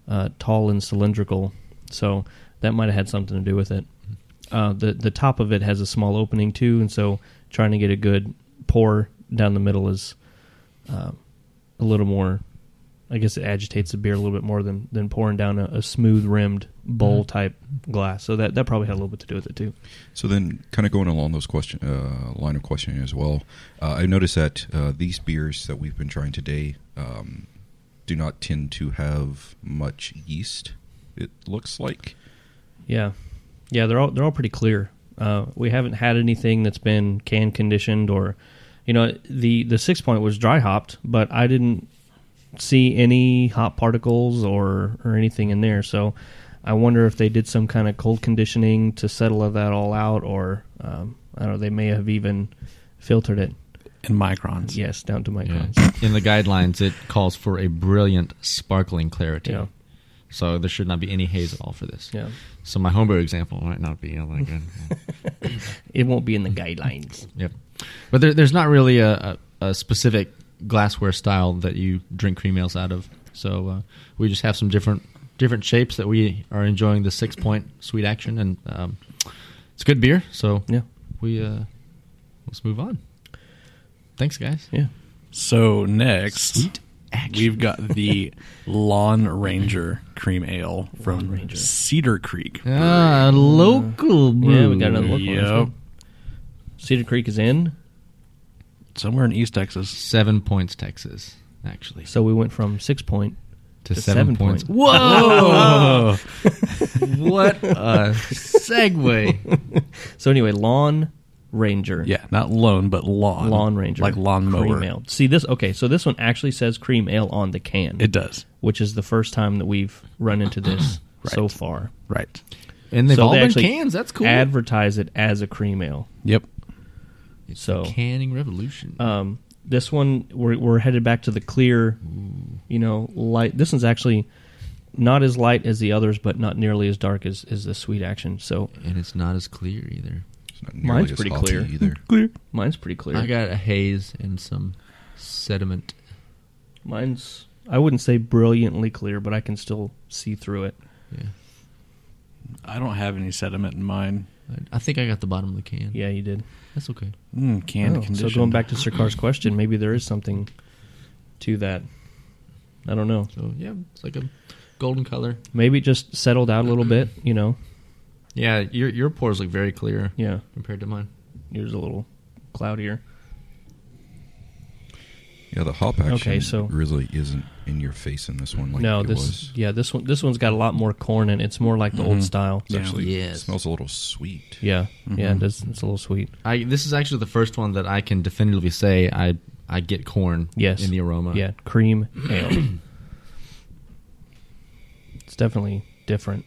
[SPEAKER 1] uh, tall and cylindrical, so that might have had something to do with it. Uh, the the top of it has a small opening too, and so trying to get a good pour down the middle is uh, a little more. I guess it agitates the beer a little bit more than, than pouring down a, a smooth rimmed bowl type glass. So that, that probably had a little bit to do with it too.
[SPEAKER 4] So then, kind of going along those question uh, line of questioning as well, uh, I noticed that uh, these beers that we've been trying today um, do not tend to have much yeast. It looks like
[SPEAKER 1] Yeah, yeah, they're all they're all pretty clear. Uh, we haven't had anything that's been can conditioned or, you know, the the six point was dry hopped, but I didn't see any hop particles or or anything in there. So I wonder if they did some kind of cold conditioning to settle that all out, or um, I don't know, they may have even filtered it.
[SPEAKER 2] And microns.
[SPEAKER 1] Yes, down to
[SPEAKER 3] Yeah.
[SPEAKER 1] microns.
[SPEAKER 3] In the guidelines it calls for a brilliant sparkling clarity.
[SPEAKER 1] Yeah.
[SPEAKER 3] So there should not be any haze at all for this.
[SPEAKER 1] Yeah.
[SPEAKER 3] So my homebrew example might not be all that good.
[SPEAKER 1] It won't be in the guidelines.
[SPEAKER 3] yep. But there, there's not really a, a, a specific glassware style that you drink cream ales out of. So uh, we just have some different different shapes that we are enjoying the six point sweet action and um, it's good beer. So
[SPEAKER 1] Yeah.
[SPEAKER 3] we uh, let's move on. Thanks, guys.
[SPEAKER 1] Yeah.
[SPEAKER 2] So next, we've got the Lawn Ranger Cream Ale from Cedar Creek.
[SPEAKER 3] Ah, local
[SPEAKER 1] uh, Yeah, we got another local. one. That's
[SPEAKER 2] Yep.
[SPEAKER 1] good. Cedar Creek is in,
[SPEAKER 2] Somewhere in East Texas.
[SPEAKER 3] Seven points, Texas. Actually,
[SPEAKER 1] so we went from six point
[SPEAKER 3] to,
[SPEAKER 1] to
[SPEAKER 3] seven,
[SPEAKER 1] seven
[SPEAKER 3] points.
[SPEAKER 1] point.
[SPEAKER 3] Whoa! what a segue.
[SPEAKER 1] So anyway, lawn ranger.
[SPEAKER 2] Yeah, not lawn, but lawn.
[SPEAKER 1] Lawn ranger.
[SPEAKER 2] Like lawn
[SPEAKER 1] Cream
[SPEAKER 2] mower.
[SPEAKER 1] ale. See this? Okay, so this one actually says cream ale on the can,
[SPEAKER 2] It does.
[SPEAKER 1] which is the first time that we've run into this so far.
[SPEAKER 2] Right.
[SPEAKER 3] And they've
[SPEAKER 1] so
[SPEAKER 3] all
[SPEAKER 1] they
[SPEAKER 3] been
[SPEAKER 1] actually
[SPEAKER 3] cans. That's cool.
[SPEAKER 1] Advertise it as a cream ale.
[SPEAKER 2] Yep.
[SPEAKER 1] So
[SPEAKER 3] Canning revolution.
[SPEAKER 1] um, this one we're, we're headed back to the clear, you know, light. This one's actually not as light as the others, but not nearly as dark as as the sweet action. So
[SPEAKER 3] and it's not as clear either.
[SPEAKER 4] it's not nearly
[SPEAKER 1] Mine's
[SPEAKER 4] as
[SPEAKER 1] pretty
[SPEAKER 4] hoppy
[SPEAKER 1] clear.
[SPEAKER 4] either.
[SPEAKER 2] Clear.
[SPEAKER 1] mine's pretty clear.
[SPEAKER 3] I got a haze and some sediment.
[SPEAKER 1] mine's I wouldn't say brilliantly clear, but I can still see through it.
[SPEAKER 2] I don't have any sediment in mine.
[SPEAKER 3] I- I think I got the bottom of the can.
[SPEAKER 1] Yeah, you did.
[SPEAKER 3] That's okay.
[SPEAKER 2] Mm, canned
[SPEAKER 1] Oh, so
[SPEAKER 2] condition.
[SPEAKER 1] going back to Sarkar's question, maybe there is something to that. I don't know.
[SPEAKER 3] So yeah, it's like a golden color.
[SPEAKER 1] Maybe it just settled out a little bit. You know,
[SPEAKER 3] Yeah, your your pores look very clear
[SPEAKER 1] yeah.
[SPEAKER 3] compared to mine.
[SPEAKER 1] Yours a little cloudier.
[SPEAKER 4] Yeah, the hop action
[SPEAKER 1] Okay, so-
[SPEAKER 4] really isn't in your face in this one like
[SPEAKER 1] no,
[SPEAKER 4] it
[SPEAKER 1] this
[SPEAKER 4] was. Mm-hmm.
[SPEAKER 1] yeah this one this one's got a lot more corn in it. It's more like the old style.
[SPEAKER 4] It's
[SPEAKER 1] Yeah,
[SPEAKER 4] actually
[SPEAKER 3] Yes.
[SPEAKER 4] smells a little sweet.
[SPEAKER 1] yeah,
[SPEAKER 4] Mm-hmm.
[SPEAKER 1] it does, it's a little sweet.
[SPEAKER 3] I this is actually the first one that I can definitively say I I get corn.
[SPEAKER 1] Yes,
[SPEAKER 3] in the aroma.
[SPEAKER 1] Yeah, cream ale. it's definitely different,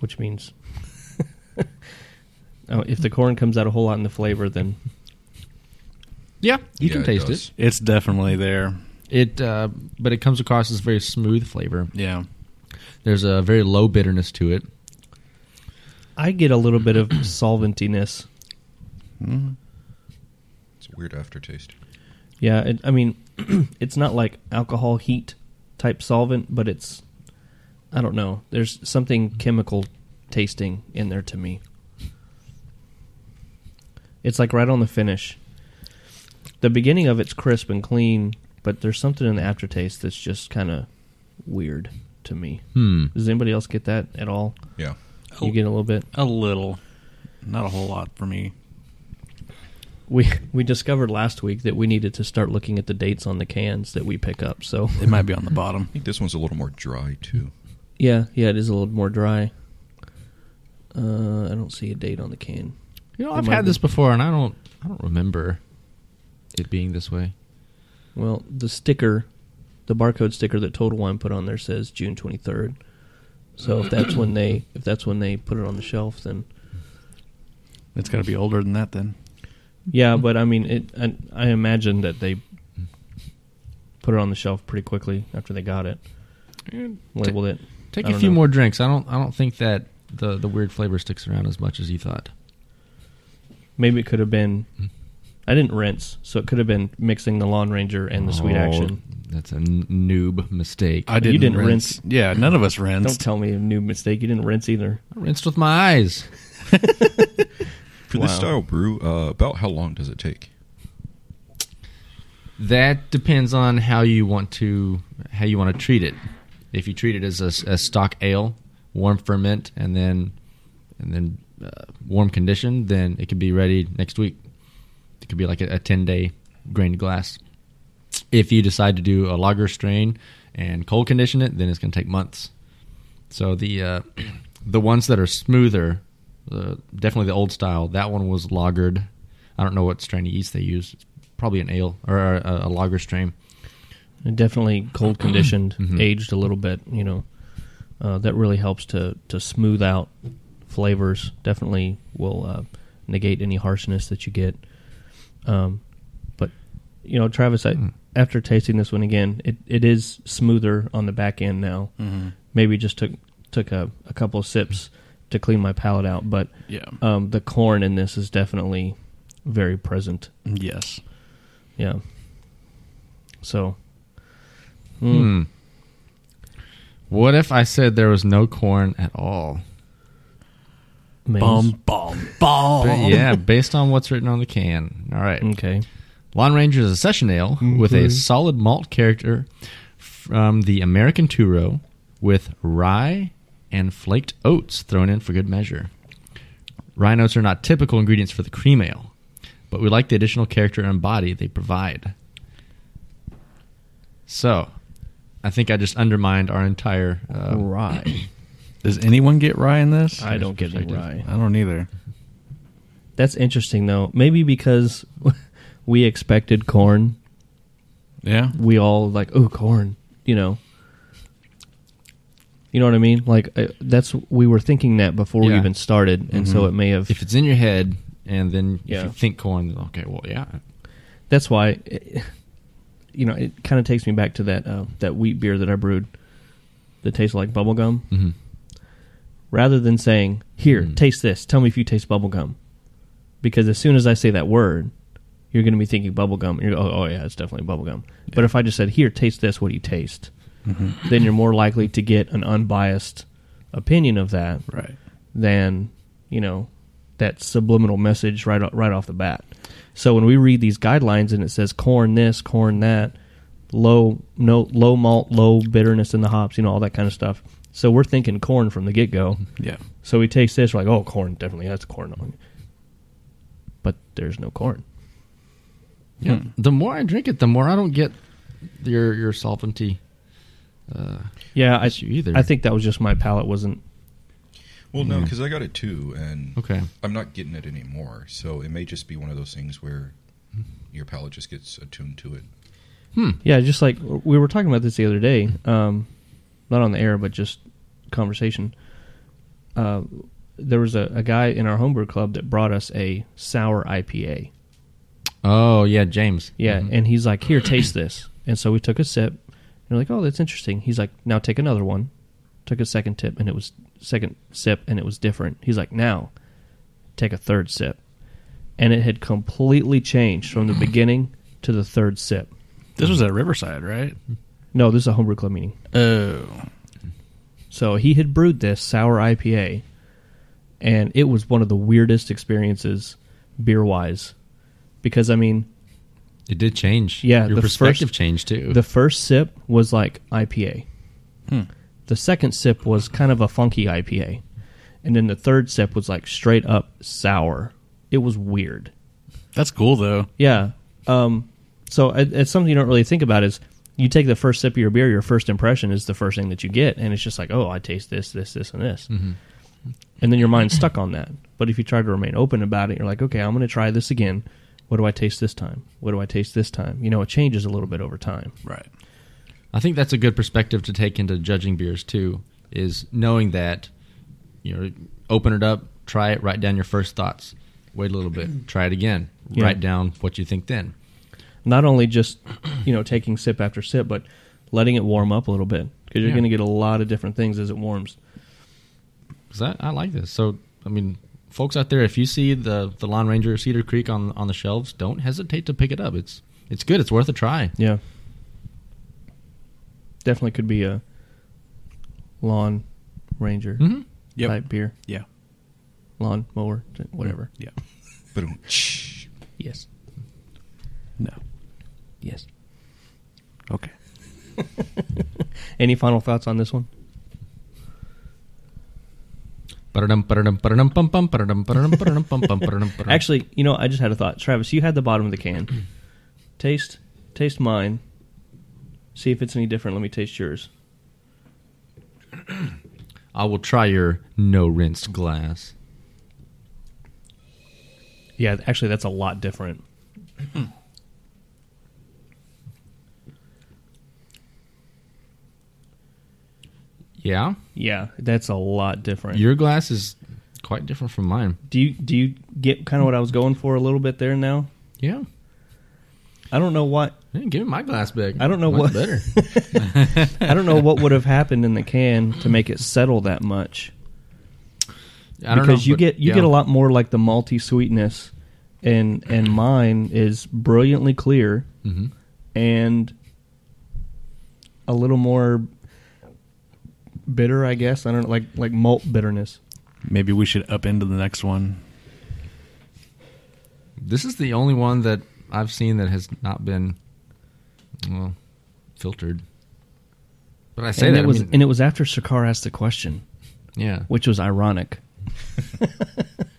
[SPEAKER 1] which means. Oh, if the corn comes out a whole lot in the flavor, then
[SPEAKER 3] yeah, you
[SPEAKER 4] Yeah,
[SPEAKER 3] can
[SPEAKER 4] it
[SPEAKER 3] taste it.
[SPEAKER 4] does.
[SPEAKER 2] It's definitely there.
[SPEAKER 3] It, uh, but it comes across as very smooth flavor.
[SPEAKER 2] Yeah.
[SPEAKER 3] There's a very low bitterness to it.
[SPEAKER 1] I get a little bit of solventiness.
[SPEAKER 2] Hmm.
[SPEAKER 4] It's a weird aftertaste.
[SPEAKER 1] Yeah, it, I mean, it's not like alcohol heat type solvent, but it's I don't know. There's something chemical tasting in there to me. It's like right on the finish. The beginning of it's crisp and clean, but there's something in the aftertaste that's just kind of weird to me.
[SPEAKER 3] Hmm.
[SPEAKER 1] Does anybody else get that at all?
[SPEAKER 4] Yeah.
[SPEAKER 1] You get a little bit.
[SPEAKER 2] A little. Not a whole lot for me.
[SPEAKER 1] We we discovered last week that we needed to start looking at the dates on the cans that we pick up. So
[SPEAKER 2] It might be on the bottom.
[SPEAKER 4] I think this one's a little more dry too.
[SPEAKER 1] Yeah, yeah, it is a little more dry. Uh, I don't see a date on the can.
[SPEAKER 3] You know,
[SPEAKER 1] It
[SPEAKER 3] I've
[SPEAKER 1] might
[SPEAKER 3] had
[SPEAKER 1] be.
[SPEAKER 3] this before, and I don't, I don't remember it being this way.
[SPEAKER 1] Well, the sticker, the barcode sticker that Total Wine put on there says June 23rd. So if that's when they if that's when they put it on the shelf, then
[SPEAKER 2] It's got to be older than that then.
[SPEAKER 1] yeah. But I mean, it. I, I imagine that they put it on the shelf pretty quickly after they got it, labeled it.
[SPEAKER 3] Take
[SPEAKER 1] I
[SPEAKER 3] a
[SPEAKER 1] don't
[SPEAKER 3] few
[SPEAKER 1] know.
[SPEAKER 3] more drinks. I don't, I don't think that the the weird flavor sticks around as much as you thought.
[SPEAKER 1] Maybe it could have been. I didn't rinse, so it could have been mixing the Lawn Ranger and the Sweet
[SPEAKER 3] Oh,
[SPEAKER 1] Action.
[SPEAKER 3] That's a n- noob mistake. I
[SPEAKER 1] But you didn't rinse.
[SPEAKER 2] Yeah, none of us
[SPEAKER 1] Don't
[SPEAKER 2] rinsed.
[SPEAKER 1] tell me a new mistake. You didn't rinse either.
[SPEAKER 3] rinsed with my eyes.
[SPEAKER 4] For this style brew, uh, about how long does it take?
[SPEAKER 3] That depends on how you want to how you want to treat it. If you treat it as a, a stock ale, warm ferment, and then and then uh, warm condition, then it could be ready next week. It could be like a, a ten day grained glass. If you decide to do a lager strain and cold condition it, then it's going to take months. So the uh, the ones that are smoother, uh, definitely the old style. That one was lagered. I don't know what strain of yeast they used. It's probably an ale or a, a lager strain.
[SPEAKER 1] And definitely cold conditioned, aged a little bit. You know, uh, that really helps to to smooth out flavors. Definitely will uh, negate any harshness that you get. Um, but you know, Travis, I, after tasting this one again, it, it is smoother on the back end now. Maybe just took took a, a couple of sips to clean my palate out, but
[SPEAKER 2] Yeah.
[SPEAKER 1] um, the corn in this is definitely very present.
[SPEAKER 2] Yes.
[SPEAKER 1] Yeah. So
[SPEAKER 3] Hmm. What if I said there was no corn at all?
[SPEAKER 1] maize.
[SPEAKER 2] Bum bum bum.
[SPEAKER 3] But yeah, based on what's written on the can. All right.
[SPEAKER 1] Okay.
[SPEAKER 3] Lon Ranger is a session ale with a solid malt character from the American Turo with rye and flaked oats thrown in for good measure. Rye notes are not typical ingredients for the cream ale, but we like the additional character and body they provide. So, I think I just undermined our entire. Uh,
[SPEAKER 1] rye.
[SPEAKER 2] Does anyone get rye in this?
[SPEAKER 1] I don't get any rye.
[SPEAKER 2] I don't either.
[SPEAKER 1] That's interesting though. Maybe because we expected corn,
[SPEAKER 2] Yeah.
[SPEAKER 1] we all like, oh, corn. You know. You know what I mean? Like uh, that's we were thinking that before we
[SPEAKER 3] Yeah.
[SPEAKER 1] even started, and so Mm-hmm. it may have.
[SPEAKER 3] if it's in your head, and then if
[SPEAKER 1] Yeah.
[SPEAKER 3] you think corn, then okay, well, yeah,
[SPEAKER 1] that's why, it, you know, it kind of takes me back to that uh, that wheat beer that I brewed that tastes like bubble gum.
[SPEAKER 3] Mhm.
[SPEAKER 1] Rather than saying, "Here, taste this. Tell me if you taste bubble gum," because as soon as I say that word, you're going to be thinking bubble gum. You're oh, oh yeah, it's definitely bubble gum. But if I just said, "Here, taste this. What do you taste?" Then you're more likely to get an unbiased opinion of that
[SPEAKER 2] Right.
[SPEAKER 1] than you know that subliminal message right o- right off the bat. So when we read these guidelines and it says corn this, corn that, low no low malt, low bitterness in the hops, you know all that kind of stuff. So we're thinking corn from the get go.
[SPEAKER 2] Yeah.
[SPEAKER 1] So we taste this, we're like, oh, corn definitely has corn on it, but there's no corn.
[SPEAKER 3] yeah. The more I drink it, the more I don't get your your solventy.
[SPEAKER 1] Yeah, I,
[SPEAKER 3] Issue either.
[SPEAKER 1] I think that was just my palate wasn't.
[SPEAKER 4] Well,
[SPEAKER 1] Mm.
[SPEAKER 4] no, because I got it too, and
[SPEAKER 3] Okay.
[SPEAKER 4] I'm not getting it anymore. So it may just be one of those things where your palate just gets attuned to it.
[SPEAKER 1] Yeah, just like we were talking about this the other day, um, not on the air, but just conversation. Uh, there was a, a guy in our homebrew club that brought us a sour IPA.
[SPEAKER 3] Oh yeah, James.
[SPEAKER 1] Yeah, and he's like, "Here, taste this." And so we took a sip, and we're like, "Oh, that's interesting." He's like, "Now take another one." Took a second tip, and it was second sip, and it was different. He's like, "Now take a third sip," and it had completely changed from the beginning to the third sip.
[SPEAKER 2] This was at Riverside, right?
[SPEAKER 1] No, this is a homebrew club meeting.
[SPEAKER 2] Oh.
[SPEAKER 1] So he had brewed this sour IPA, and it was one of the weirdest experiences beer wise. Because, I mean,
[SPEAKER 3] It did change.
[SPEAKER 1] Yeah,
[SPEAKER 3] your
[SPEAKER 1] the
[SPEAKER 3] perspective
[SPEAKER 1] first-
[SPEAKER 3] changed too.
[SPEAKER 1] the first sip was like IPA, the second sip was kind of a funky IPA, and then the third sip was like straight up sour. It was weird.
[SPEAKER 2] That's cool though.
[SPEAKER 1] Yeah. Um, so it, it's something you don't really think about is you take the first sip of your beer, your first impression is the first thing that you get, and it's just like, oh, I taste this, this, this, and this. and then your mind's stuck on that. But if you try to remain open about it, you're like, okay, I'm going to try this again. What do I taste this time? What do I taste this time? You know, it changes a little bit over time.
[SPEAKER 2] Right.
[SPEAKER 3] I think that's a good perspective to take into judging beers too. Is knowing that, you know, open it up, try it, write down your first thoughts, wait a little bit, try it again,
[SPEAKER 1] Yeah.
[SPEAKER 3] write down what you think then.
[SPEAKER 1] Not only just you know taking sip after sip, but letting it warm up a little bit because you're
[SPEAKER 3] Yeah.
[SPEAKER 1] going to get a lot of different things as it warms.
[SPEAKER 3] 'Cause I, I like this. So I mean, folks out there, if you see the the Lon Ranger Cedar Creek on on the shelves, don't hesitate to pick it up. It's it's good. It's worth a try.
[SPEAKER 1] Yeah, definitely could be a lawn ranger
[SPEAKER 3] Mhm.
[SPEAKER 2] Yep.
[SPEAKER 1] type beer,
[SPEAKER 2] Yeah.
[SPEAKER 1] lawn mower, whatever.
[SPEAKER 2] Yeah.
[SPEAKER 4] But shh.
[SPEAKER 1] Yes,
[SPEAKER 2] No.
[SPEAKER 1] yes.
[SPEAKER 2] Okay.
[SPEAKER 1] Any final thoughts on this one?
[SPEAKER 3] Ba-da-dum, ba-da-dum, ba-da-dum, bum, bum, ba-da-dum, ba-da-dum, ba-da-dum, bum, bum, ba-da-dum, ba-da-dum.
[SPEAKER 1] Actually, you know, I just had a thought. Travis, you had the bottom of the can. taste, taste mine. See if it's any different. Let me taste yours.
[SPEAKER 3] I will try your no rinsed glass.
[SPEAKER 1] Yeah, actually, that's a lot different.
[SPEAKER 3] Yeah,
[SPEAKER 1] Yeah, that's a lot different.
[SPEAKER 3] your glass is quite different from mine.
[SPEAKER 1] do you do you get kind of what I was going for a little bit there now?
[SPEAKER 3] Yeah,
[SPEAKER 1] I don't know what
[SPEAKER 3] Yeah, give me my glass back.
[SPEAKER 1] I don't know
[SPEAKER 3] Mine's
[SPEAKER 1] what-
[SPEAKER 3] better.
[SPEAKER 1] I don't know what would have happened in the can to make it settle that much.
[SPEAKER 3] I don't know,
[SPEAKER 1] because you
[SPEAKER 3] but
[SPEAKER 1] get you
[SPEAKER 3] yeah.
[SPEAKER 1] get a lot more like the malty sweetness, and and mine is brilliantly clear,
[SPEAKER 3] Mm-hmm.
[SPEAKER 1] and a little more bitter, I guess. I don't know, like like malt bitterness.
[SPEAKER 2] Maybe we should up into the next one.
[SPEAKER 3] This is the only one that I've seen that has not been well filtered. But I say
[SPEAKER 1] and
[SPEAKER 3] that
[SPEAKER 1] it
[SPEAKER 3] I
[SPEAKER 1] was
[SPEAKER 3] mean-
[SPEAKER 1] and it was after Shakar asked the question,
[SPEAKER 3] yeah.
[SPEAKER 1] which was ironic.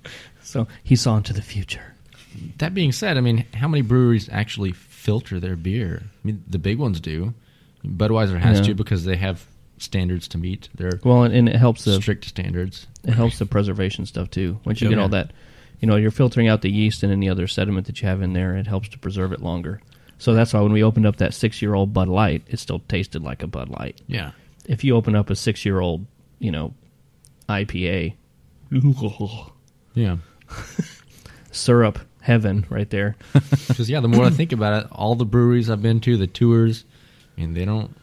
[SPEAKER 1] so he saw into the future.
[SPEAKER 3] That being said, I mean, how many breweries actually filter their beer? I mean, the big ones do. Budweiser has
[SPEAKER 1] Yeah.
[SPEAKER 3] to because they have standards to meet. They're
[SPEAKER 1] Well, and, and it helps the
[SPEAKER 3] strict standards.
[SPEAKER 1] it helps the preservation stuff too. Once you
[SPEAKER 3] Yeah.
[SPEAKER 1] get all that, you know, you're filtering out the yeast and any other sediment that you have in there. It helps to preserve it longer. So that's why when we opened up that six-year-old Bud Light, it still tasted like a Bud Light.
[SPEAKER 3] Yeah.
[SPEAKER 1] If you open up a six-year-old, you know, IPA,
[SPEAKER 3] Yeah.
[SPEAKER 1] syrup heaven right there.
[SPEAKER 3] Because yeah, the more I think about it, all the breweries I've been to, the tours, I mean, they don't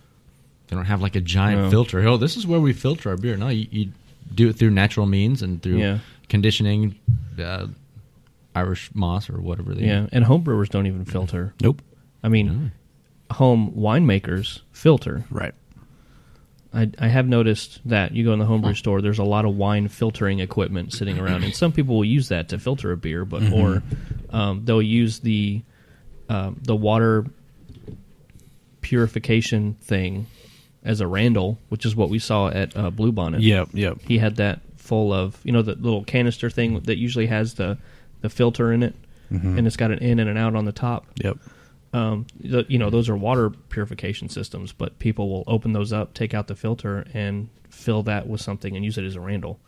[SPEAKER 3] they don't have like a giant
[SPEAKER 1] No.
[SPEAKER 3] filter. Oh, this is where we filter our beer. No, you, you do it through natural means and through
[SPEAKER 1] Yeah.
[SPEAKER 3] conditioning, uh, Irish moss or whatever. They
[SPEAKER 1] yeah, and homebrewers don't even filter.
[SPEAKER 2] Nope.
[SPEAKER 1] I mean, home winemakers filter.
[SPEAKER 2] Right.
[SPEAKER 1] I, I have noticed that you go in the homebrew store, there's a lot of wine filtering equipment sitting around, and some people will use that to filter a beer, but or um, they'll use the um, the water purification thing as a Randall, which is what we saw at uh, Blue Bonnet.
[SPEAKER 2] Yep. Yep.
[SPEAKER 1] he had that full of you know the little canister thing that usually has the the filter in it, and it's got an in and an out on the top
[SPEAKER 2] Yep.
[SPEAKER 1] um, the, you know those are water purification systems, but people will open those up, take out the filter, and fill that with something and use it as a Randall.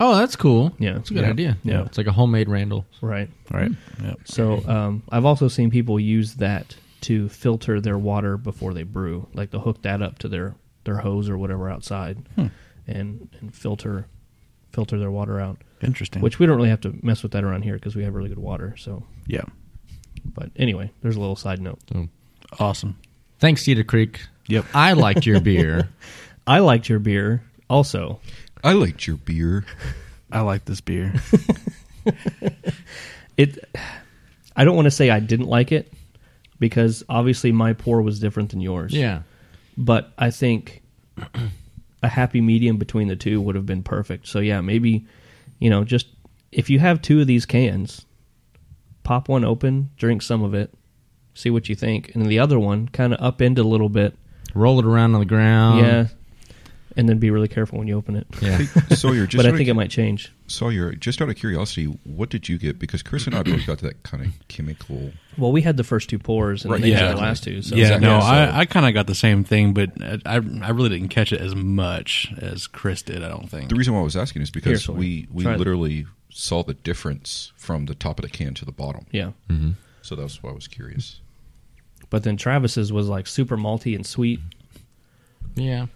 [SPEAKER 3] Oh, that's cool.
[SPEAKER 1] Yeah.
[SPEAKER 3] it's a good
[SPEAKER 2] Yeah.
[SPEAKER 3] idea.
[SPEAKER 2] Yeah.
[SPEAKER 3] it's like a homemade Randall.
[SPEAKER 1] Right.
[SPEAKER 2] Right. Yep.
[SPEAKER 1] So um, I've also seen people use that to filter their water before they brew. Like they'll hook that up to their their hose or whatever outside, and and filter filter their water out.
[SPEAKER 2] Interesting.
[SPEAKER 1] Which we don't really have to mess with that around here because we have really good water. So,
[SPEAKER 2] Yeah.
[SPEAKER 1] but anyway, there's a little side note.
[SPEAKER 2] Awesome.
[SPEAKER 3] Thanks, Cedar Creek.
[SPEAKER 2] Yep.
[SPEAKER 3] I liked your beer.
[SPEAKER 1] I liked your beer also.
[SPEAKER 4] I liked your beer.
[SPEAKER 2] I like this beer.
[SPEAKER 1] it i don't want to say i didn't like it because obviously my pour was different than yours
[SPEAKER 3] yeah,
[SPEAKER 1] but i think a happy medium between the two would have been perfect so yeah maybe you know just if you have two of these cans pop one open drink some of it see what you think and then the other one kind of upend a little bit
[SPEAKER 3] roll it around on the ground.
[SPEAKER 1] yeah and then be really careful when you open it.
[SPEAKER 3] Um, Yeah.
[SPEAKER 4] Hey, Sawyer, just
[SPEAKER 1] but I
[SPEAKER 4] out of
[SPEAKER 1] think
[SPEAKER 4] cu-
[SPEAKER 1] it might change.
[SPEAKER 4] Sawyer, just out of curiosity, what did you get? Because Chris and I both got that kind of chemical.
[SPEAKER 1] Well, we had the first two pours and
[SPEAKER 4] Right,
[SPEAKER 1] they had the
[SPEAKER 2] yeah.
[SPEAKER 1] last two. So
[SPEAKER 2] yeah, no,
[SPEAKER 4] so-
[SPEAKER 2] I, I kind of got the same thing, but I, I I really didn't catch it as much as Chris did. I don't think.
[SPEAKER 4] The reason why I was asking is because
[SPEAKER 1] Sawyer.
[SPEAKER 4] we we
[SPEAKER 1] Try it.
[SPEAKER 4] literally saw the difference from the top of the can to the bottom.
[SPEAKER 1] yeah.
[SPEAKER 4] So that's why I was curious.
[SPEAKER 1] But then Travis's was like super malty and sweet.
[SPEAKER 3] Yeah.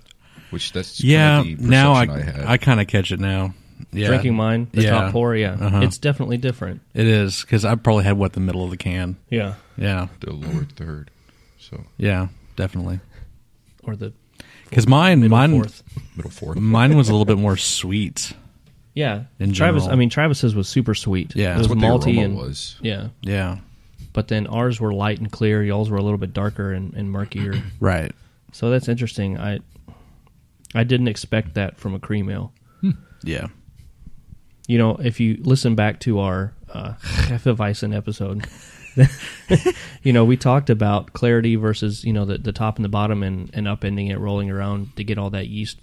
[SPEAKER 4] Which that's kinda
[SPEAKER 2] yeah,
[SPEAKER 4] the
[SPEAKER 2] now I
[SPEAKER 4] perception I had.
[SPEAKER 2] I, kind of catch it now. Yeah,
[SPEAKER 1] Drinking mine, the
[SPEAKER 2] Yeah.
[SPEAKER 1] top pour, yeah,
[SPEAKER 2] Uh-huh.
[SPEAKER 1] it's definitely different.
[SPEAKER 2] It is because I probably had what the middle of the can.
[SPEAKER 1] Yeah,
[SPEAKER 2] Yeah,
[SPEAKER 4] the lower third. So
[SPEAKER 2] yeah, definitely.
[SPEAKER 1] or the
[SPEAKER 2] Because mine, mine,
[SPEAKER 1] fourth.
[SPEAKER 4] middle fourth.
[SPEAKER 2] mine was a little bit more sweet.
[SPEAKER 1] Yeah,
[SPEAKER 2] In
[SPEAKER 1] Travis.
[SPEAKER 2] general.
[SPEAKER 1] I mean, Travis's was super sweet.
[SPEAKER 2] Yeah.
[SPEAKER 1] it was
[SPEAKER 4] That's what the
[SPEAKER 1] malty
[SPEAKER 4] aroma
[SPEAKER 1] and
[SPEAKER 4] was.
[SPEAKER 1] yeah.
[SPEAKER 2] Yeah,
[SPEAKER 1] But then ours were light and clear. Y'all's were a little bit darker and, and murkier.
[SPEAKER 2] right.
[SPEAKER 1] so that's interesting. I I didn't expect that from a cream ale.
[SPEAKER 2] Yeah,
[SPEAKER 1] You know, if you listen back to our uh, Hefeweizen episode, you know we talked about clarity versus you know the, the top and the bottom and and upending it, rolling around to get all that yeast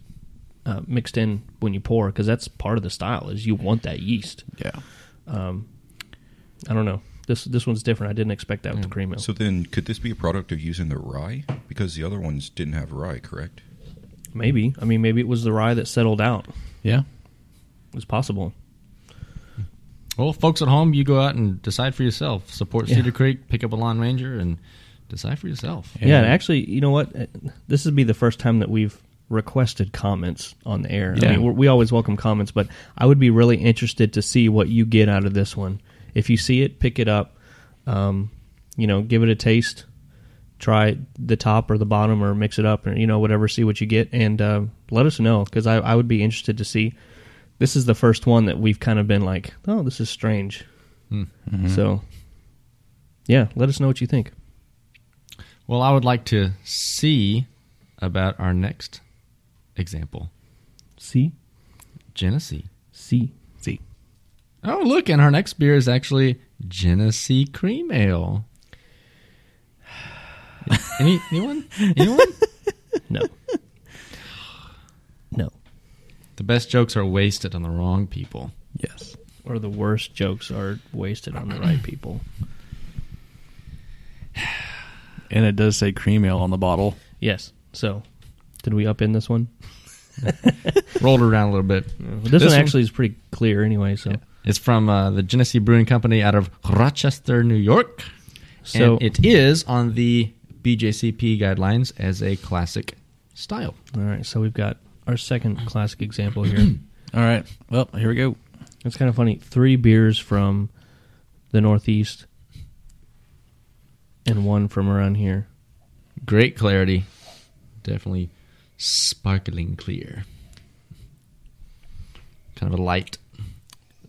[SPEAKER 1] uh, mixed in when you pour because that's part of the style is you want that yeast.
[SPEAKER 2] yeah.
[SPEAKER 1] I don't know. This this one's different. I didn't expect that with the cream ale.
[SPEAKER 4] So then, could this be a product of using the rye? Because the other ones didn't have rye, correct?
[SPEAKER 1] Maybe. I mean, maybe it was the rye that settled out.
[SPEAKER 2] Yeah.
[SPEAKER 1] It's possible.
[SPEAKER 3] Well, folks at home, you go out and decide for yourself. Support
[SPEAKER 1] Yeah.
[SPEAKER 3] Cedar Creek, pick up a Lawn Ranger, and decide for yourself.
[SPEAKER 1] Yeah. and actually, you know what? Uh, This would be the first time that we've requested comments on the air.
[SPEAKER 2] Yeah.
[SPEAKER 1] I mean, we're- we always welcome comments, but I would be really interested to see what you get out of this one. If you see it, pick it up. Um, you know, give it a taste. Try the top or the bottom, or mix it up, or you know, whatever. See what you get, and uh, let us know because I, I would be interested to see. This is the first one that we've kind of been like, oh, this is strange. So, yeah, let us know what you think.
[SPEAKER 3] Well, I would like to see about our next example,
[SPEAKER 1] See,
[SPEAKER 3] Genesee.
[SPEAKER 1] see.
[SPEAKER 2] See.
[SPEAKER 3] Oh, look, and our next beer is actually Genesee Cream Ale. Any, anyone? Anyone?
[SPEAKER 1] No. no.
[SPEAKER 3] the best jokes are wasted on the wrong people.
[SPEAKER 2] Yes.
[SPEAKER 1] Or the worst jokes are wasted on the right people.
[SPEAKER 2] And it does say cream ale on the bottle.
[SPEAKER 1] Yes. So, did we up in this one?
[SPEAKER 3] Rolled around a little bit.
[SPEAKER 1] This, one actually is pretty clear anyway. So,
[SPEAKER 3] It's from uh, the Genesee Brewing Company out of Rochester, New York.
[SPEAKER 1] so
[SPEAKER 3] and it is on the BJCP guidelines as a classic style.
[SPEAKER 1] all right. So we've got our second classic example here.
[SPEAKER 2] All right. Well, here we go.
[SPEAKER 1] it's kind of funny. Three beers from the Northeast and one from around here.
[SPEAKER 3] Great clarity, definitely sparkling clear. Kind of a light,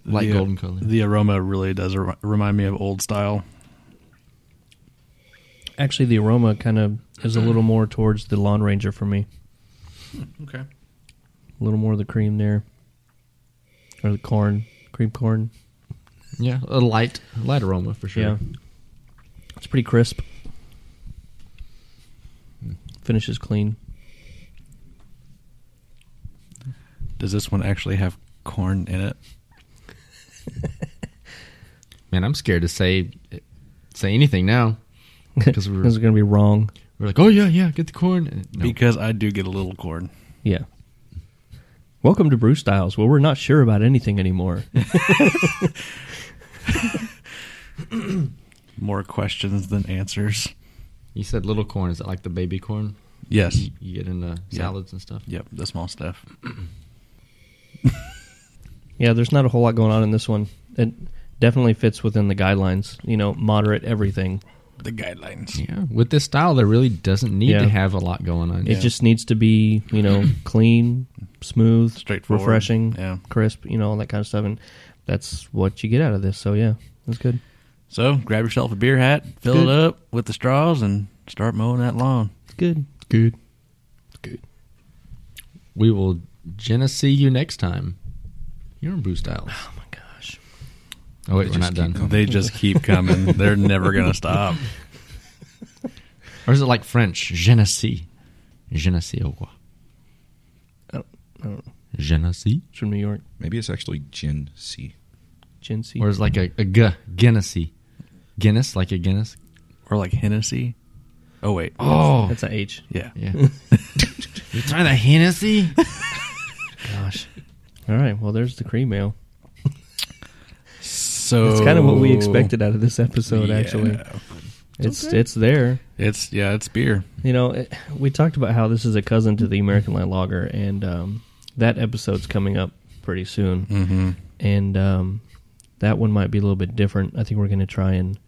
[SPEAKER 3] light
[SPEAKER 2] The- uh,
[SPEAKER 3] golden color.
[SPEAKER 2] The aroma really does re- remind me of old style.
[SPEAKER 1] Actually, the aroma kind of is a little more towards the Lawn Ranger for me.
[SPEAKER 2] Okay.
[SPEAKER 1] A little more of the cream there, or the corn, cream corn.
[SPEAKER 3] Yeah, a light, light aroma for sure.
[SPEAKER 1] Yeah. It's pretty crisp. Finishes clean.
[SPEAKER 2] Does this one actually have corn in it?
[SPEAKER 3] Man, I'm scared to say say anything now because
[SPEAKER 1] This
[SPEAKER 3] we're,
[SPEAKER 1] is going to be wrong.
[SPEAKER 3] we're like, oh yeah, yeah, get the corn. And no.
[SPEAKER 2] Because I do get a little corn.
[SPEAKER 1] Yeah. Welcome to Brew Styles, where we're not sure about anything anymore.
[SPEAKER 2] More questions than answers.
[SPEAKER 3] you said little corn. Is that like the baby corn
[SPEAKER 2] Yes.
[SPEAKER 3] you, you get in the
[SPEAKER 2] Yeah.
[SPEAKER 3] salads and stuff?
[SPEAKER 2] Yep. The small stuff.
[SPEAKER 1] yeah, there's not a whole lot going on in this one. It definitely fits within the guidelines. You know, moderate everything.
[SPEAKER 2] The guidelines.
[SPEAKER 3] Yeah, with this style, there really doesn't need
[SPEAKER 1] Yeah.
[SPEAKER 3] to have a lot going on.
[SPEAKER 1] It just needs to be, you know, clean, smooth,
[SPEAKER 2] Straightforward.
[SPEAKER 1] refreshing,
[SPEAKER 2] Yeah.
[SPEAKER 1] crisp, you know, all that kind of stuff. And that's what you get out of this. So, yeah, that's good.
[SPEAKER 2] So grab yourself a beer hat, fill
[SPEAKER 1] Good.
[SPEAKER 2] it up with the straws, and start mowing that lawn.
[SPEAKER 1] It's good. Good. Good.
[SPEAKER 3] we will Genesee you next time. You're in Brew Styles.
[SPEAKER 1] Oh, my gosh.
[SPEAKER 3] Oh wait,
[SPEAKER 4] They
[SPEAKER 3] we're
[SPEAKER 4] just
[SPEAKER 3] not done.
[SPEAKER 4] keep coming.
[SPEAKER 2] They just keep coming. They're never gonna stop.
[SPEAKER 3] Or is it like French Genesee? Genesee au quoi?
[SPEAKER 1] I don't- I don't know.
[SPEAKER 3] Genesee,
[SPEAKER 1] It's from New York.
[SPEAKER 4] Maybe it's actually Gin C.
[SPEAKER 1] Genesee.
[SPEAKER 3] or is like a, a g- Guinnessy, Guinness, like a Guinness.
[SPEAKER 2] or like Hennessy. Oh wait,
[SPEAKER 3] Oh,
[SPEAKER 1] That's a H.
[SPEAKER 2] yeah.
[SPEAKER 3] yeah. You're trying the Hennessy? Gosh,
[SPEAKER 1] All right. Well, there's the cream ale.
[SPEAKER 2] So
[SPEAKER 1] That's kind of what we expected out of this episode. Actually, Oh. it's it's there.
[SPEAKER 2] It's yeah, it's beer.
[SPEAKER 1] You know, it, we talked about how this is a cousin to the American Light Lager, and um, that episode's coming up pretty soon. Mm-hmm. And um, that one might be a little bit different. I think we're going to try and